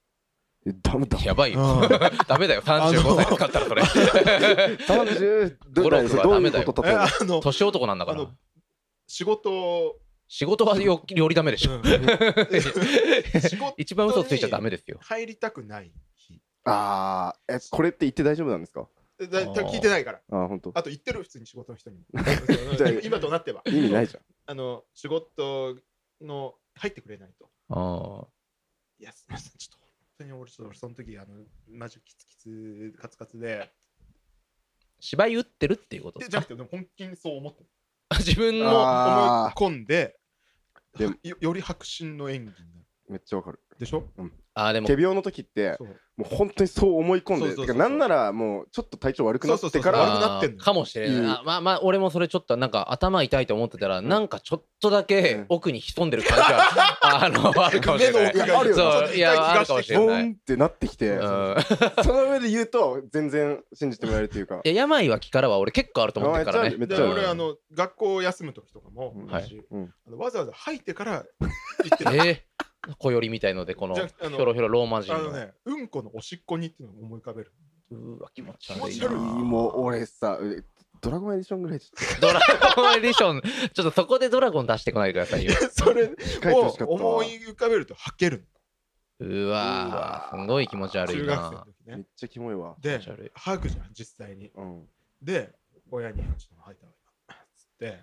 B: えダメだ。
C: やばいよ
D: うん
C: ダメだよ35歳使ったらそれ
B: 三十
C: 五
B: ど
C: 六は
B: うそうどういう
C: ダ
B: こ
C: メだよ
B: と
D: え
B: だっ
D: あの
C: 年男なんだか
D: あ
C: ら
D: の仕事を、
C: 仕事はよよりダメでしょ
D: 仕事
C: 一番嘘ついちゃダメですよ
D: 入りたくない日
B: たの。ああ、えこれって言って大丈夫なんですか？
D: だだ
C: あー
D: 聞いてないから
B: あー本当
D: あと言ってる普通に仕事の人に
B: じゃあ
D: 今今となっては
B: 意味ないじ
D: あの仕事の入ってくれないと
C: あ
D: いや、すみません、ちょっと本当に俺、ちょっとその時あのマジキツキツカツカツで、
C: 芝居打ってるっていうこと
D: でじゃなくて、でも本気にそう思って、
C: あ 自分
B: ゃん。
C: の
B: あ
D: 思
B: あ
D: い込んで
B: でも
D: よ、より迫真の演技になる。
B: ー、めっちゃわかる。
D: でしょ
C: あーでも
B: 仮病の時って
D: そう
B: もう本当にそう思い込ん
D: そう
B: で、
D: そうそう
B: てかなんならもうちょっと体調悪くなって
D: だ
B: か
D: から
B: ら
D: 悪くなってんの
C: あーかもしれない、
B: うん
C: あまあまあ俺もそれちょっとなんか頭痛いと思ってたら、
B: ん
C: なんかちょっとだ
B: う
C: け
B: ん
C: 奥に潜んでる感じが、あのあるかもしれない
B: 目の奥があるよね
D: ちょっ
C: そ
D: と
C: ういやあ
D: 痛
C: る
D: い気が
C: かも
D: し
C: してれ
B: ボ
C: ない、う
B: ーン
C: ん、い。
B: ってなってきて。その上で言うと全然信じてもらえるというか
C: や病は気からは俺結構あると思ってるからね
B: めっち
D: で
B: ゃるめっち
D: 俺
B: る
D: あの学校を休む時とかも、
B: うん
D: 私
B: うん
D: あのわざわざ吐い てから行って
C: うん
D: る
C: えー、小よりみたいのでこの
D: じ
C: ひ
D: ゃあの
C: ょろひょろローマ字
D: あ
C: の
D: のねうんこのおしっこにっていうのを思い浮かべる
C: うわ気持ち
D: 気
C: 悪
D: 持
C: い
D: ち悪い
C: な
B: もう俺さうドラゴンエディションぐらいちょっ
C: ドラゴンエディションちょっとそこでドラゴン出してこないでくださいよ
D: それを
B: と控えてほしかったわ
D: 思い浮かべると吐ける
C: うわ
B: う
C: ー
B: わー
C: すごい気持ち
D: の
C: 悪い
D: 中学生の
C: な
D: 時
B: めっ
D: ね
B: ちゃキモいわ。
D: で
C: 気持ち悪い
D: 吐くじゃん実際に
B: うん。
D: で、親に、ちょっと入った方がいいな。つって、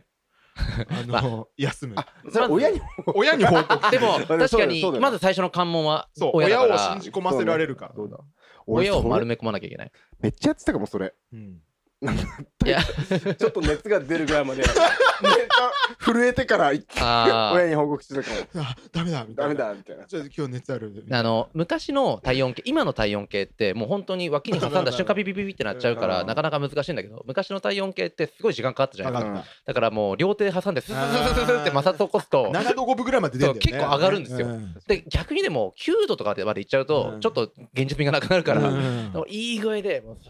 D: あの、休む。
B: それは親に
D: 親に報 告。
C: で
B: そ
C: も
B: うだ
C: 確か
B: そうだ
C: に
B: よ
C: まず最初の関門は
D: そう、
C: 親だ
D: 親
C: か
D: を
C: ら
D: 信じ込ませられるから。
B: そうだ。
C: 親を丸
B: め
C: め込まなきゃいけない
B: めっちゃやってたかもそ れ。
D: うん
C: いや
B: ちょっと熱が出るぐらいまでめっちゃ震えてから一回
C: あ
B: 親に報告してたかも。
D: あ、ダメだ、みた
B: ダ
D: い
B: メ
D: な。
B: だみたいな。
D: ちょっと今日熱ある。
C: ーあの昔の体温計今の体温計ってもう本当に脇に挟んだ瞬間ビビビビってなっちゃうか
B: う
C: ら
B: ん
C: なかなか難しいんだけど昔の体温計ってすごい時間かかったじゃないで
D: 上
C: すか
D: がっ
C: だからもう両手挟んでススススススって摩擦起こす
D: た。
C: と
D: 7度5分ぐらいまで出るんだよね。
C: そう結構上がるんですよ
D: う
C: で逆にでも9度とかまでいっちゃうと
D: うん
C: ちょっと現実味がなくなるから
D: う
C: で
D: ん
C: もいい具合でもうス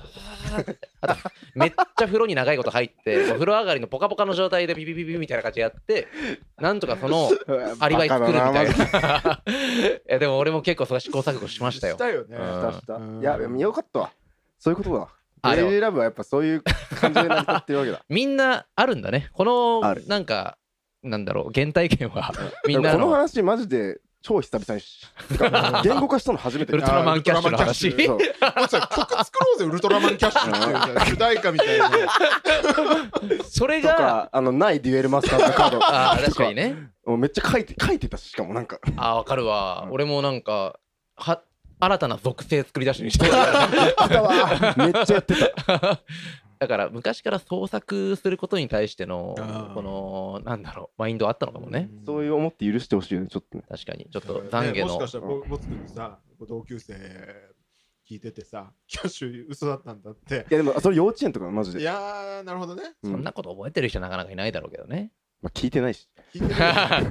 C: ーッてあとめっちゃ風呂に長いこと入ってもう風呂上がりのポカポカの状態でビビビビビみたいな感じでやってなんとか そのアリバイ作るみたいな。いやでも俺も結構それは試行錯誤しましたよ
D: し。たよね。
C: うん
B: バカだなしたした
D: うん
B: いやでもよかったわ。そういうことだ。
C: あ
B: グ
C: でも。
B: レイジーラブはやっぱそういう感情になりたってるわけだ
C: みんなあるんだね。こ
B: あ
C: の
B: る
C: なんかなんだろう原体験は みん
B: で
C: な
B: もこの
C: の
B: 話マジで超久々にし。てか言語化したの初めて
C: ウル。トラマンキャッシュの
D: あーウル
C: 話
D: トラマンキ
B: そう
D: ャッシュ。もうさ曲作ろうぜ、ウルトラマンキャッシュっていう。主題歌みたい な。
C: それ
B: と
C: が
B: かあのないデュエルマスターズカード
C: あー確かにね。
B: もうめっちゃ書いて書いてたししかもなんか
C: あーわかるわ。俺もなんかは新たな属性作り出しにして
B: あったわめっちゃやってた
C: だから昔から創作することに対しての
D: あー
C: このなんだろうマインドあったのかもね。
D: ん
B: そういう思って許してほしいよねちょっとね
C: 確かにちょっと懺悔
D: ねもし
C: の
D: かしたらぼぼつくんさ同級生聞いててさキャッシュ嘘だったんだって
B: いやでもそれ幼稚園とかマジ
D: い
B: で、
D: やーなるほどね
B: う
C: そ
B: ん
C: んなこと覚えてる人なかなかいないだろうけどね。
B: まあ、聞いてないし
D: 聞いてる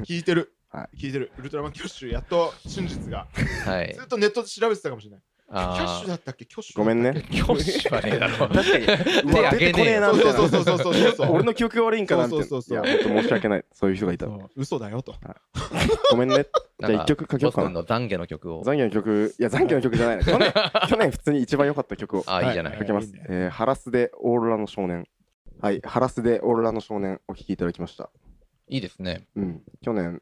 D: 聞いてる、
B: は
D: 聞いてるウルトラマンキャッシュやっと真実が
C: はい
D: ず。っとネットで調べてたかもしれないキャッ
C: あ
D: シュ
C: ー
D: だったっけキャッシュ
B: ごめんね
C: 教師はねえだろ
B: 確。かにう
C: 手
B: わ
C: あ
B: 出
C: げ
B: てこね
C: ね
B: え
C: え
B: な
C: よ
B: みたい
D: そう
B: な
D: そうそうそうそう そう
B: 俺の記憶が悪いんかなみたいな
D: そうそうそう
B: い
D: そう
B: や本当申し訳ないそういう人がいた
D: そ
B: ら
D: う嘘だよと
B: ごめんねじゃあ
C: なんか
B: 一曲かけよう
C: ボス
B: か
C: 君
B: な
C: の懺悔の曲を。
B: 残業の曲いや残業の曲じゃない な去年去年普通に一番良かった曲を
C: あ、いいじゃな
B: か
C: い。
B: けます。
D: いいね
B: えーハラスでオーロラの少年。はい、ハラスでオーロラの少年お聴きいただきました。
C: いいですね。
B: うん、去年、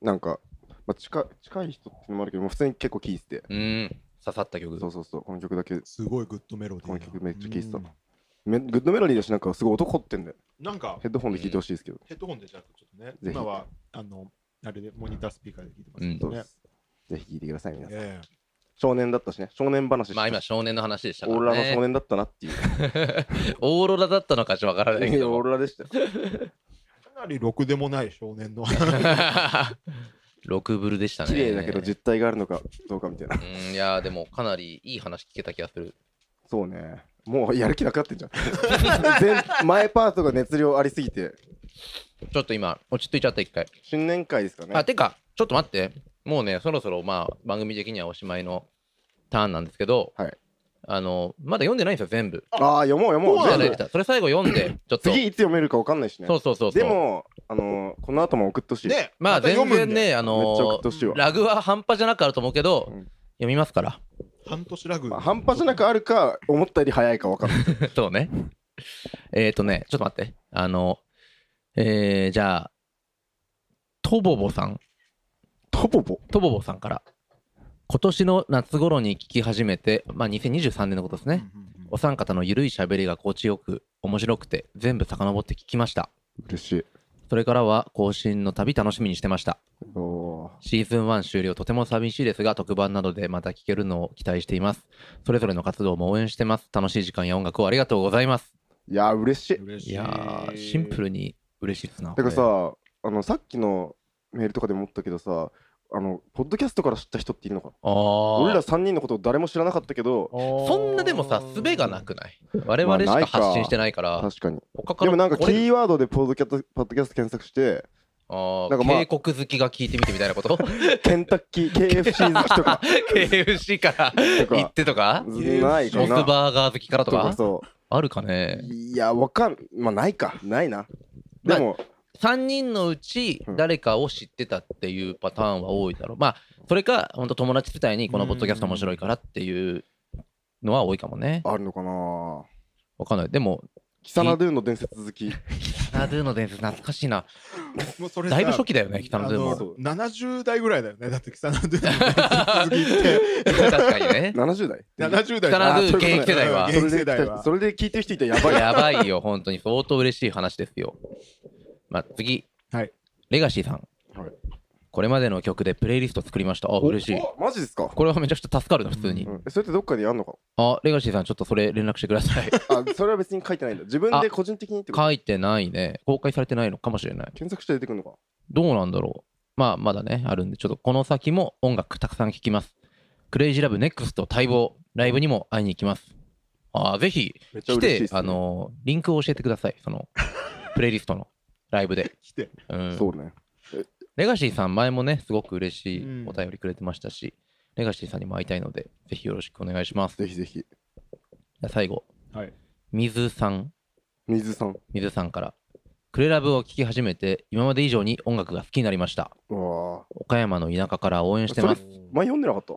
B: なんか、まあ、近近い人っていうのもあるけど、もう普通に結構聴いてて、
C: うん。刺さった曲。
B: そうそうそう、この曲だけ、
D: すごいグッドメロディーな
B: この曲めっちゃ聴いてた
D: うん
B: めグッドメロディーだし、なんかすごい男凝ってんで、
D: なんか
B: ヘッドホンで聴いてほしいですけど。
D: ヘッドホンでじゃなくてちょっとね
B: ひ
D: 今はあのあれでモニタースピーカーで聞いてますけど
B: そう
D: ね
B: ですぜひ聴いてください、皆さん。
D: ええ
B: 少年だったしね少年話して
C: まあ今少年の話でした
B: オ
C: か
B: ーロ
C: ら
B: ラの少
C: ね。
B: 年だったなっていう
C: オーロラだったのかちょっとわからないけ
B: いや オー
C: ど。
B: ロラで したよ
D: かなりろくでもない少年 の
C: ロクブルでしたね。
B: 綺麗だけど実態があるのかどうかみたいな
C: うんいやーでもかなりいい話聞けた気がする。
B: そうねもうやる気なくなってんじゃ ん前前パートが熱量ありすぎて
C: ちょっと今落ち着いちゃった一回。
B: 新年会ですかね
C: あてかちょっと待ってもうねそろそろまあ番組的にはおしまいのターンなんですけど、
B: はい
C: あのまだ読んでないんですよ全部。
B: ああ読もう読もう
C: いただ
B: 全
C: い
B: 部
C: てたそれ最後読んでちょっと。
B: 次いつ読めるか分かんないしね
C: そうそうそうそう。
B: でもあのーこの後も送ってほしい、
D: ね
C: まあ
D: た
C: 全
D: 読むん
C: 然
D: で
C: ねあ
B: めっちゃ送
C: の
B: ってほしいわ、
C: ラグは半端じゃなくあると思うけど、
B: うん
C: 読みますから。
D: 半年ラグ、
B: まあ、半端じゃなくあるか思ったより早いか分かんない
C: そうね。えっ、ー、とね、ちょっと待って。あの、えー、じゃあ、トボボさん、
B: トボボ
C: トボボさんから、今年の夏頃に聞き始めて、まあ2023年のことです
D: うん
C: ね。
D: うんうん
C: お三方のゆるい喋りが心地よく、面白くて、全部遡って聞きました。
B: 嬉しい
C: それからは更新の旅楽しみにしてました。
B: おー
C: シーズン1終了、とても寂しいですが、特番などでまた聞けるのを期待しています。それぞれの活動も応援してます。楽しい時間や音楽をありがとうございます。
B: いやー嬉しい
D: 嬉し
C: いやー、シンプルに嬉しいですな。
B: だから
C: こ
B: さあのさっきのメールとかでも思ったけどさあのポッドキャストから知った人っているのかな
C: れ、あー
B: 俺ら3人のことを誰も知らなかったけど
C: そんなでもさ、術がなくない我々し
B: まあな
C: か
B: いか
C: 発信してないから、
B: 確かに
C: 他から
B: でもなんかキ
C: 俺
B: ーワードでポッドキャストポッドキャスト検索して
C: あー
B: なんかまあ
C: 警告好きが聞いてみてみたいな こと
B: ケンタッキー KFC 好きとか
C: KFC から
B: と
C: 行っ
B: か
C: てとか
B: ない
C: モ
B: か
C: ス
B: な
C: バーガー好きからと
B: と
C: か
B: かそ
C: あるか
B: う
C: ね
B: いやわかんまあないかないなでも、
C: 3人のうち
B: うん
C: 誰かを知ってたっていうパターンは多いだろうまあそれか本当友達伝いにこのポッドキャスト面白いからっていうのは多いかもね
B: あるのかな
C: わかんないでも
B: キサナドゥの伝説好 き
C: ナドゥの伝説懐かし いな
D: もうそれさ
C: だいぶ初期だよね北
D: あ
C: 野ドゥ
D: の
C: も
B: そう
D: 70代ぐらいだよねだってキサナド ゥの続きっ
C: 確
D: て
C: かにね
B: 70代
D: 70代
C: 北
B: あ
C: 野
B: そ
C: ド
B: ういう
C: ゥ
B: こと
C: 現
B: ね
C: 役世代は
D: うん
B: それ
D: 現世代は
B: でそれで聞いてる人いた らやばい
C: やばいよ、本当に相当嬉しい話ですよ。まあ、次、
D: はい
C: レガシーさん、
B: はい
C: これまでの曲でプレイリスト作りました。あ、嬉しい。
B: おマジですか、
C: これはめちゃくちゃ助かるな、普通に。
B: うん、それってどっかでやんのか
C: あ、レガシーさん、ちょっとそれ連絡してく ださい。
B: あそれは別に書いてないんだ自分で個人的にってこと
C: 書いてないね。公開されてないのかもしれない。
B: 検索して出てくるのか
C: どうなんだろう。まあ、まだね、あるんで、ちょっとこの先も音楽たくさん聴きます。クレイジーラブネクスト待望、ライブにも会いに行きます。あーぜひ
B: めっちゃ
C: 来
B: 嬉
C: て
B: しい、です、ね、
C: あのーリンクを教えてください、そのプレイリストのライブで。
D: 来て
C: うん、
B: そうね
C: レガシーさん、前もね、すごく嬉し
D: う
C: い
D: ん
C: お便りくれてましたし、レガシーさんにも会いたいので、ぜひよろしくお願いします。
B: ぜひぜひ
C: じゃあ最後、
D: はい
C: 水さん、
B: 水さん
C: 水さんから、クレラブを聴き始めて、今まで以上に音楽が好きになりました。
B: うわ
C: 岡山の田舎から応援してます。
B: 前読んでなかった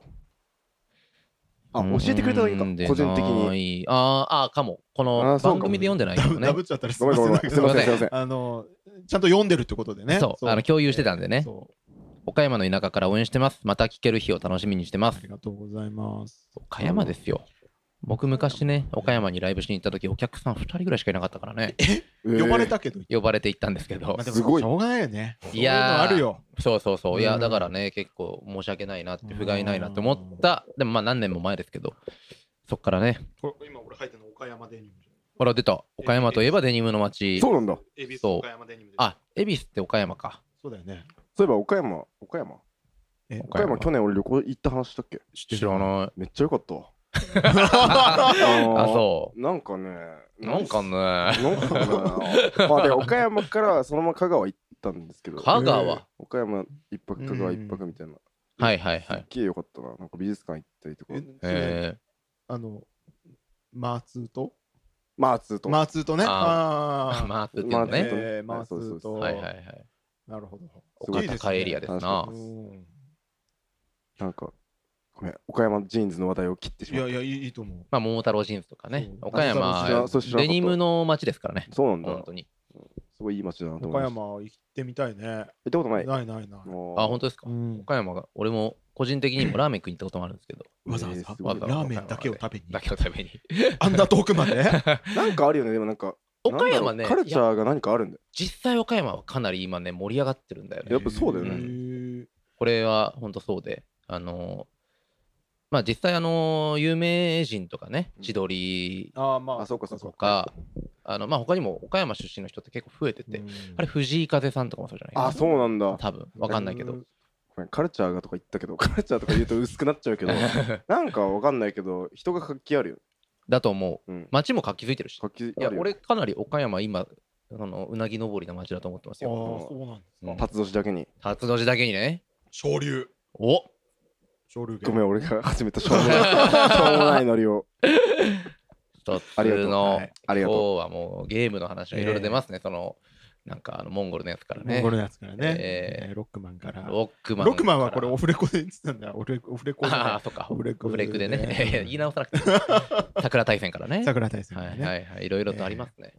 B: あ教えてくれただけか
C: うんで
B: 個人的に
C: に。あーあー、かも。こ
B: あ
C: の
B: ーそうか
C: 番
B: も
C: 組で読んでない
D: ダ
C: け
D: ブ
C: ど
D: ダ
C: ね
D: ブっ。ちゃったらす
B: ご
D: み
B: め
D: ま
B: んご
D: せ
B: め
D: ん
B: ん
D: だ
B: ご
D: け
B: めんすいません
D: ど
B: すいません
D: あのちゃんと読んでるってことでね
C: そう、あの共有してたんでね。
D: そう
C: 岡山の田舎から応援してます。また聴ける日を楽しみにしてま
D: あ
C: す。
D: りがとうございます
C: 岡山ですよ。僕昔ね、岡山にライブしに行った時、お客さん2人ぐらいしかいなかったからね、
D: 呼ばれたけど
C: 呼ばれて行ったんですけど
D: まあ、でも
B: すごい
D: しょうがないよねそう
C: いう
D: の
C: やー
D: あるよ
C: そうそうそう、いや、
D: うん
C: だからね、結構申し訳ないなって、不甲斐ないなって思った、でもまあ何年も前ですけど、そっからね、
D: これ今俺入ってるの岡山デニム
C: ほら出た、岡山といえばデニムの街、
B: そうなんだ
D: 恵比寿
C: そう
D: 岡山デニムです
C: あ、恵比寿って岡山か。
D: そうだよね
B: そういえば岡山岡山
D: え
B: 岡山去年俺旅行行った話したっけ
C: 知らない。
B: めっちゃ良かったわ
C: あ、
B: あ
C: そう
B: なんかね
C: う。なんかね、
B: なんかねまあで岡山からそのまま香川行ったんですけど
C: 香川。
D: え
C: は
B: 岡山一泊香川一泊みたいな、
C: いはいはい
B: すっ。げえ良かったななんか美術館行ったりとか
D: え
C: え
D: あのマーツーと
B: マーツーと
D: マーツーとね
C: ー、
D: あー
C: まあ、っていうの
B: まあ
C: ね。
D: えーマーツ
B: そうそ
D: ー
B: うそ
D: と
B: う
C: はいはいはい。
D: なるほど
B: すごい
D: いいですね
C: 高エリアですな
B: 楽。し
D: うん
B: なんかごめん岡山ジーンズの話題を切ってし
D: い
B: ま
D: や
B: っ
D: い
B: た
D: やいいいいと思う
C: まあ、桃太郎ジーンズとかね、
D: そう
C: 岡
B: あ知ら
C: 山
B: んそう知らんかっ
C: デ
B: た
C: ニムの街ですからね、
B: そうなんだ
C: 本当に。
B: すごいいい街だなと思
D: 岡
B: いました
D: 山行ってみたいね
B: 行ったことない
D: ないないない
B: もう
C: あ、本当ですか。
D: うん
C: 岡山が、俺も個人的にもラーメン食いに行ったこともあるんですけど、
D: わざわざ
B: えーすご
D: ラ
B: い
C: わざわざ
D: ーメンだけを食べに
C: だけを食べに。
D: あんな遠く まで
B: なんかあるよねでもなんか
C: 岡山
B: なんだ
C: ね
B: ろうカルチャーが何かあるんだよ
C: 実際岡山はかなり今ね、盛り上がってるんだよね
B: やっ。ぱそうだよね
D: ね
C: これは本当そうで、あのーまあ実際あの有名人とかね千鳥
D: ああま
B: あそうかそう
C: と
B: か
C: か、あのまあ他にも岡山出身の人って結構増えてて、あれ藤井風さんとかもそうじゃないかな
B: あそうなんだ
C: 多分わかんないけど、
B: ごめんカルチャーがとか言ったけど カルチャーとか言うと薄くなっちゃうけどなんかわかんないけど人が活気あるよ、
C: だと思う
B: うん、
C: 町も活気づいてるし
B: 活気あ
C: いや
B: るよ
C: 俺かなり岡山今あのうなぎ登りの町だと思ってます
D: ああ
C: よ
D: そうなんです
C: うん
B: 辰年だけに
C: 辰の字だけにね
D: 昇竜
C: お
D: 昇竜
B: ごめん俺が始めたしょうも ないしょうもないノリを
C: 一
B: あ
C: つ
B: りがとう
C: の
D: はい
B: ありが
C: 今日
B: と
C: はもうゲームの話がいろいろ出ますね、そのなんかあのモンゴルのやつから
D: モ
C: ね
D: ンゴルのやつからね、
C: えー
D: えーロックマンからロ
C: ロックマン
D: ックマンは
C: か
D: こ
C: ら
D: れオフレコで言ってたんだよオフレコオフレコじゃな い
C: ああそっか
D: オフレコ
C: フレクでね
D: ね
C: いや言い直さなくても桜大戦からね
D: 桜大戦
C: は
D: だよ
C: い
D: ね、
C: はいはいいろいろとありますね、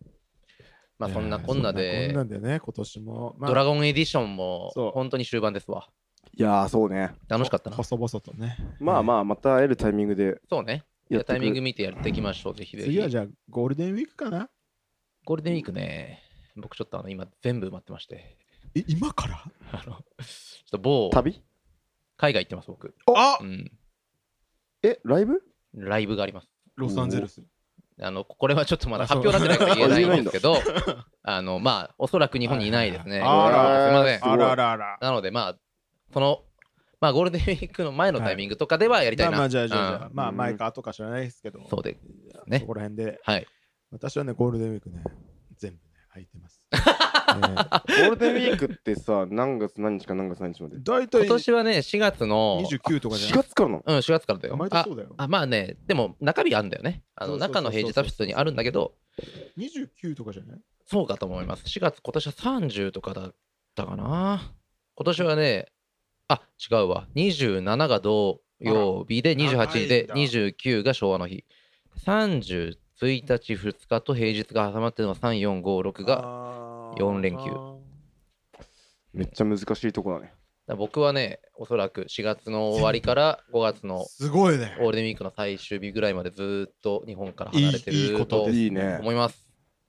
C: まあそんなこんない
D: やー
C: で
D: そんなこんなでね今年も、まあ、
C: ドラゴンエディションも
D: そう
C: 本当に終盤ですわ
B: ういやーそうね
C: 楽しかったな
D: 細々とね
B: まあまあまた会えるタイミングで
C: そうねい
B: や
C: や
B: って
C: タイ
B: く
C: ミング見てやっていきましょうぜひぜひ
D: 次はじゃあゴールデンウィークかな
C: ゴールデンウィークね、僕ちょっとあの今全部埋まってまして、
D: え今から
C: あの、ちょっと某
B: 旅
C: 海外行ってます、僕。
D: あ
C: うん、
B: えライブ
C: ライブがあります。
D: ロサンゼルス
C: あの、これはちょっとまだ
D: あそ
C: 発
D: う
C: 表になってないから言えないんですけ ど、あの、まあ、おそらく日本にいないですね。
D: あら
C: すいません
B: す。ごい
D: あらあらあら
C: なので、まあ、その、まあ、ゴールデンウィークの前のタイミングとかではやりたいな。
D: まあまあじゃあじゃあじゃあ、
C: う
D: まあ前か後か知らないですけど
C: んそうで、ね
D: ねそこら辺で
C: はい。
D: 私はねゴールデンウィークね全部ね空いてます えー
B: ゴールデンウィークってさ何月何日か何月何日まで
D: 大
C: 今
D: 体
C: 年はね、4月の、
D: 29とかじゃ
B: 4
D: ない
B: 月からなの
C: うん、4月からだよ。
D: 毎年そうだよ
C: ああまあね、でも中日あるんだよね。あ
D: そ
C: の
D: うそう
C: 中
D: そうそう
C: の平日は普通にあるんだけど、
D: 29とかじゃない
C: そうかと思います。4月、今年は30とかだったかな。今年はね、あ違うわ。27が土曜日で、
D: あら
C: 28で、
D: 長いんだ
C: 29が昭和の日。30、1日、2日と平日が挟まってるのは3、4、5、6が。だか
D: が
C: 四連休
B: めっちゃ難しいとこだね
C: ら僕はね、おそらく4月の終わりから5月の
D: すごいね
C: ゴールデンウィークの最終日ぐらいまでずーっと日本から
D: い
C: 離れて
D: いいい
C: る
D: こと
C: と
D: です
B: いいね
C: 思います。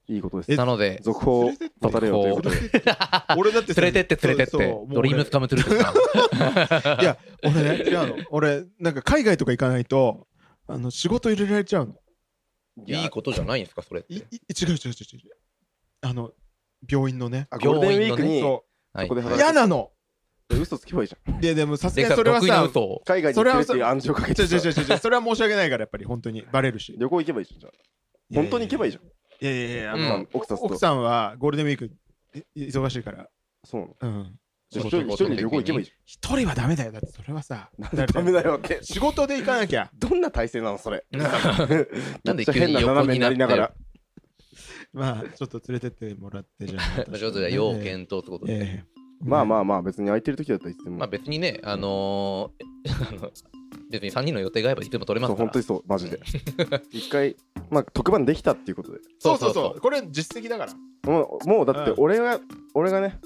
B: いいことです
D: え
C: なので、
B: 続報を待たれよということで
D: 俺だってさ
C: 連れてって連れてっ
D: そう
C: て
D: そうもう、俺
C: ドリームスカムトゥルーとか。
D: いや俺ね違うの俺なんか海外とか行かないとあの仕事入れられちゃうの
B: や
C: いいことじゃないんですか、それっ
D: いい違
C: て。
D: う違う違う違う違うあの病院のね
B: あゴールデンウィーク
C: 病
B: に
D: そ
C: はい
B: ここで
D: う
B: 働
D: 嫌
B: く
D: なの
B: 嘘つけばいいじゃん
D: ででもさす
C: で
D: がに
C: か
D: それは
C: 得意な
D: さ
C: 嘘を
B: 海外に行ってるっていう暗示をかけ
D: 違う
B: て
D: 違う
B: さ
D: 違う違うそれは申し訳ないからやっぱり本当にバレるし
B: 旅行行けばいいじゃんじゃあ本当に行けばいいじゃん
D: いやいやいやあ
C: うん
D: の
B: 奥さんと
D: 奥さんはゴールデンウィークい忙しいから
B: そうなの
D: うん
B: じゃあ一
C: そう
B: 人
C: そう
B: 一人で旅行行けばいいじ
D: 一人はダメだよだってそれはさ
B: ゃんダメだよって
D: 仕事で行かなきゃ
B: どんな体勢なのそれ
C: なんで
B: めっちゃ変な斜めになりながら
D: まあちょっと連れてってもらってじゃあ
C: まあちょっとじゃあ要検討ってことで。
D: ええ
B: まあま
D: あ
B: あまあ別に空いてる時だったらいつでも
C: まあ別にね、あのーあの別に3人の予定があればいつでも取れま
B: そ
C: す
B: う
C: から。
B: 本当にそうマジで一回まあ特番できたっていうことで
D: そうそうそ
C: そう
D: これ実績だから
B: もうもうだって
D: うん
B: 俺が俺がね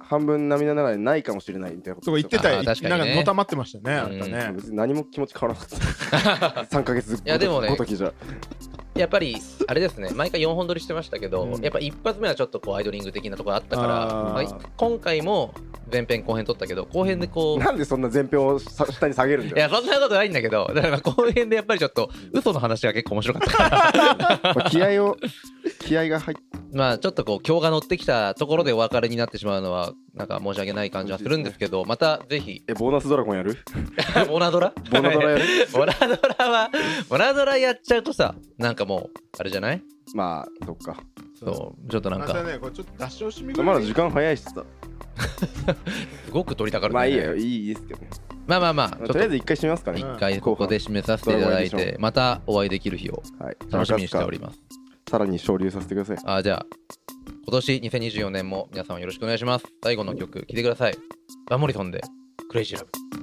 B: 半分涙ながらにないかもしれないみたいなこと
D: そう言ってたよ
C: あー
D: なん
C: 確かにね
D: かのたまってましたねあんた
B: そう
D: ね
B: 別に何も気持ち変わらなか った3ヶ月ずっ
C: いやでもね
B: ごときじゃ
C: やっぱり、あれですね、毎回4本撮りしてましたけど、
D: うん
C: やっぱ一発目はちょっとこうアイドリング的なところあったから、
D: あー
C: まあ今回も前編後編撮ったけど、後編でこう、
B: なんでそんな前編をさ下に下げるん
C: い
B: だ
C: や、
B: よ
C: そんなことないんだけど、だから後編でやっぱりちょっと、嘘の話が結構面白かったから、
B: まあ気合を気合が入って
C: まあちょっとこう、今日が乗ってきたところでお別れになってしまうのは、なんか申し訳ない感じはするんですけど、またぜひ、
B: えボーナスドラゴンやる
C: ボナドラ
B: ボーナド ラやる
C: ボラドラはボラドラやっちゃうとさなんかもうあれじゃない
B: まあそっか
C: そうちょっとなん
D: また
C: か
D: ねこれちょっと出し惜しみぐらい
B: まだ時間早いしさ
C: すごく取りたがるん
B: まあ
C: だ
B: い
C: よ
B: い
C: ね、
B: やいいですけどね
C: まあまあまあちょ
B: ま
C: っ
B: あ
C: と
B: とりあえず一回締めますかね
D: うん
C: 一回ここで締めさせていただいてまたお会いできる日を
B: はい
C: 楽しみにしており
B: ま
C: ます
B: すさらに昇竜させてください
C: あじゃあ今年2024年も皆さんよろしくお願いします最後の曲聴いてくださいバンモリソンでクレイジーラブ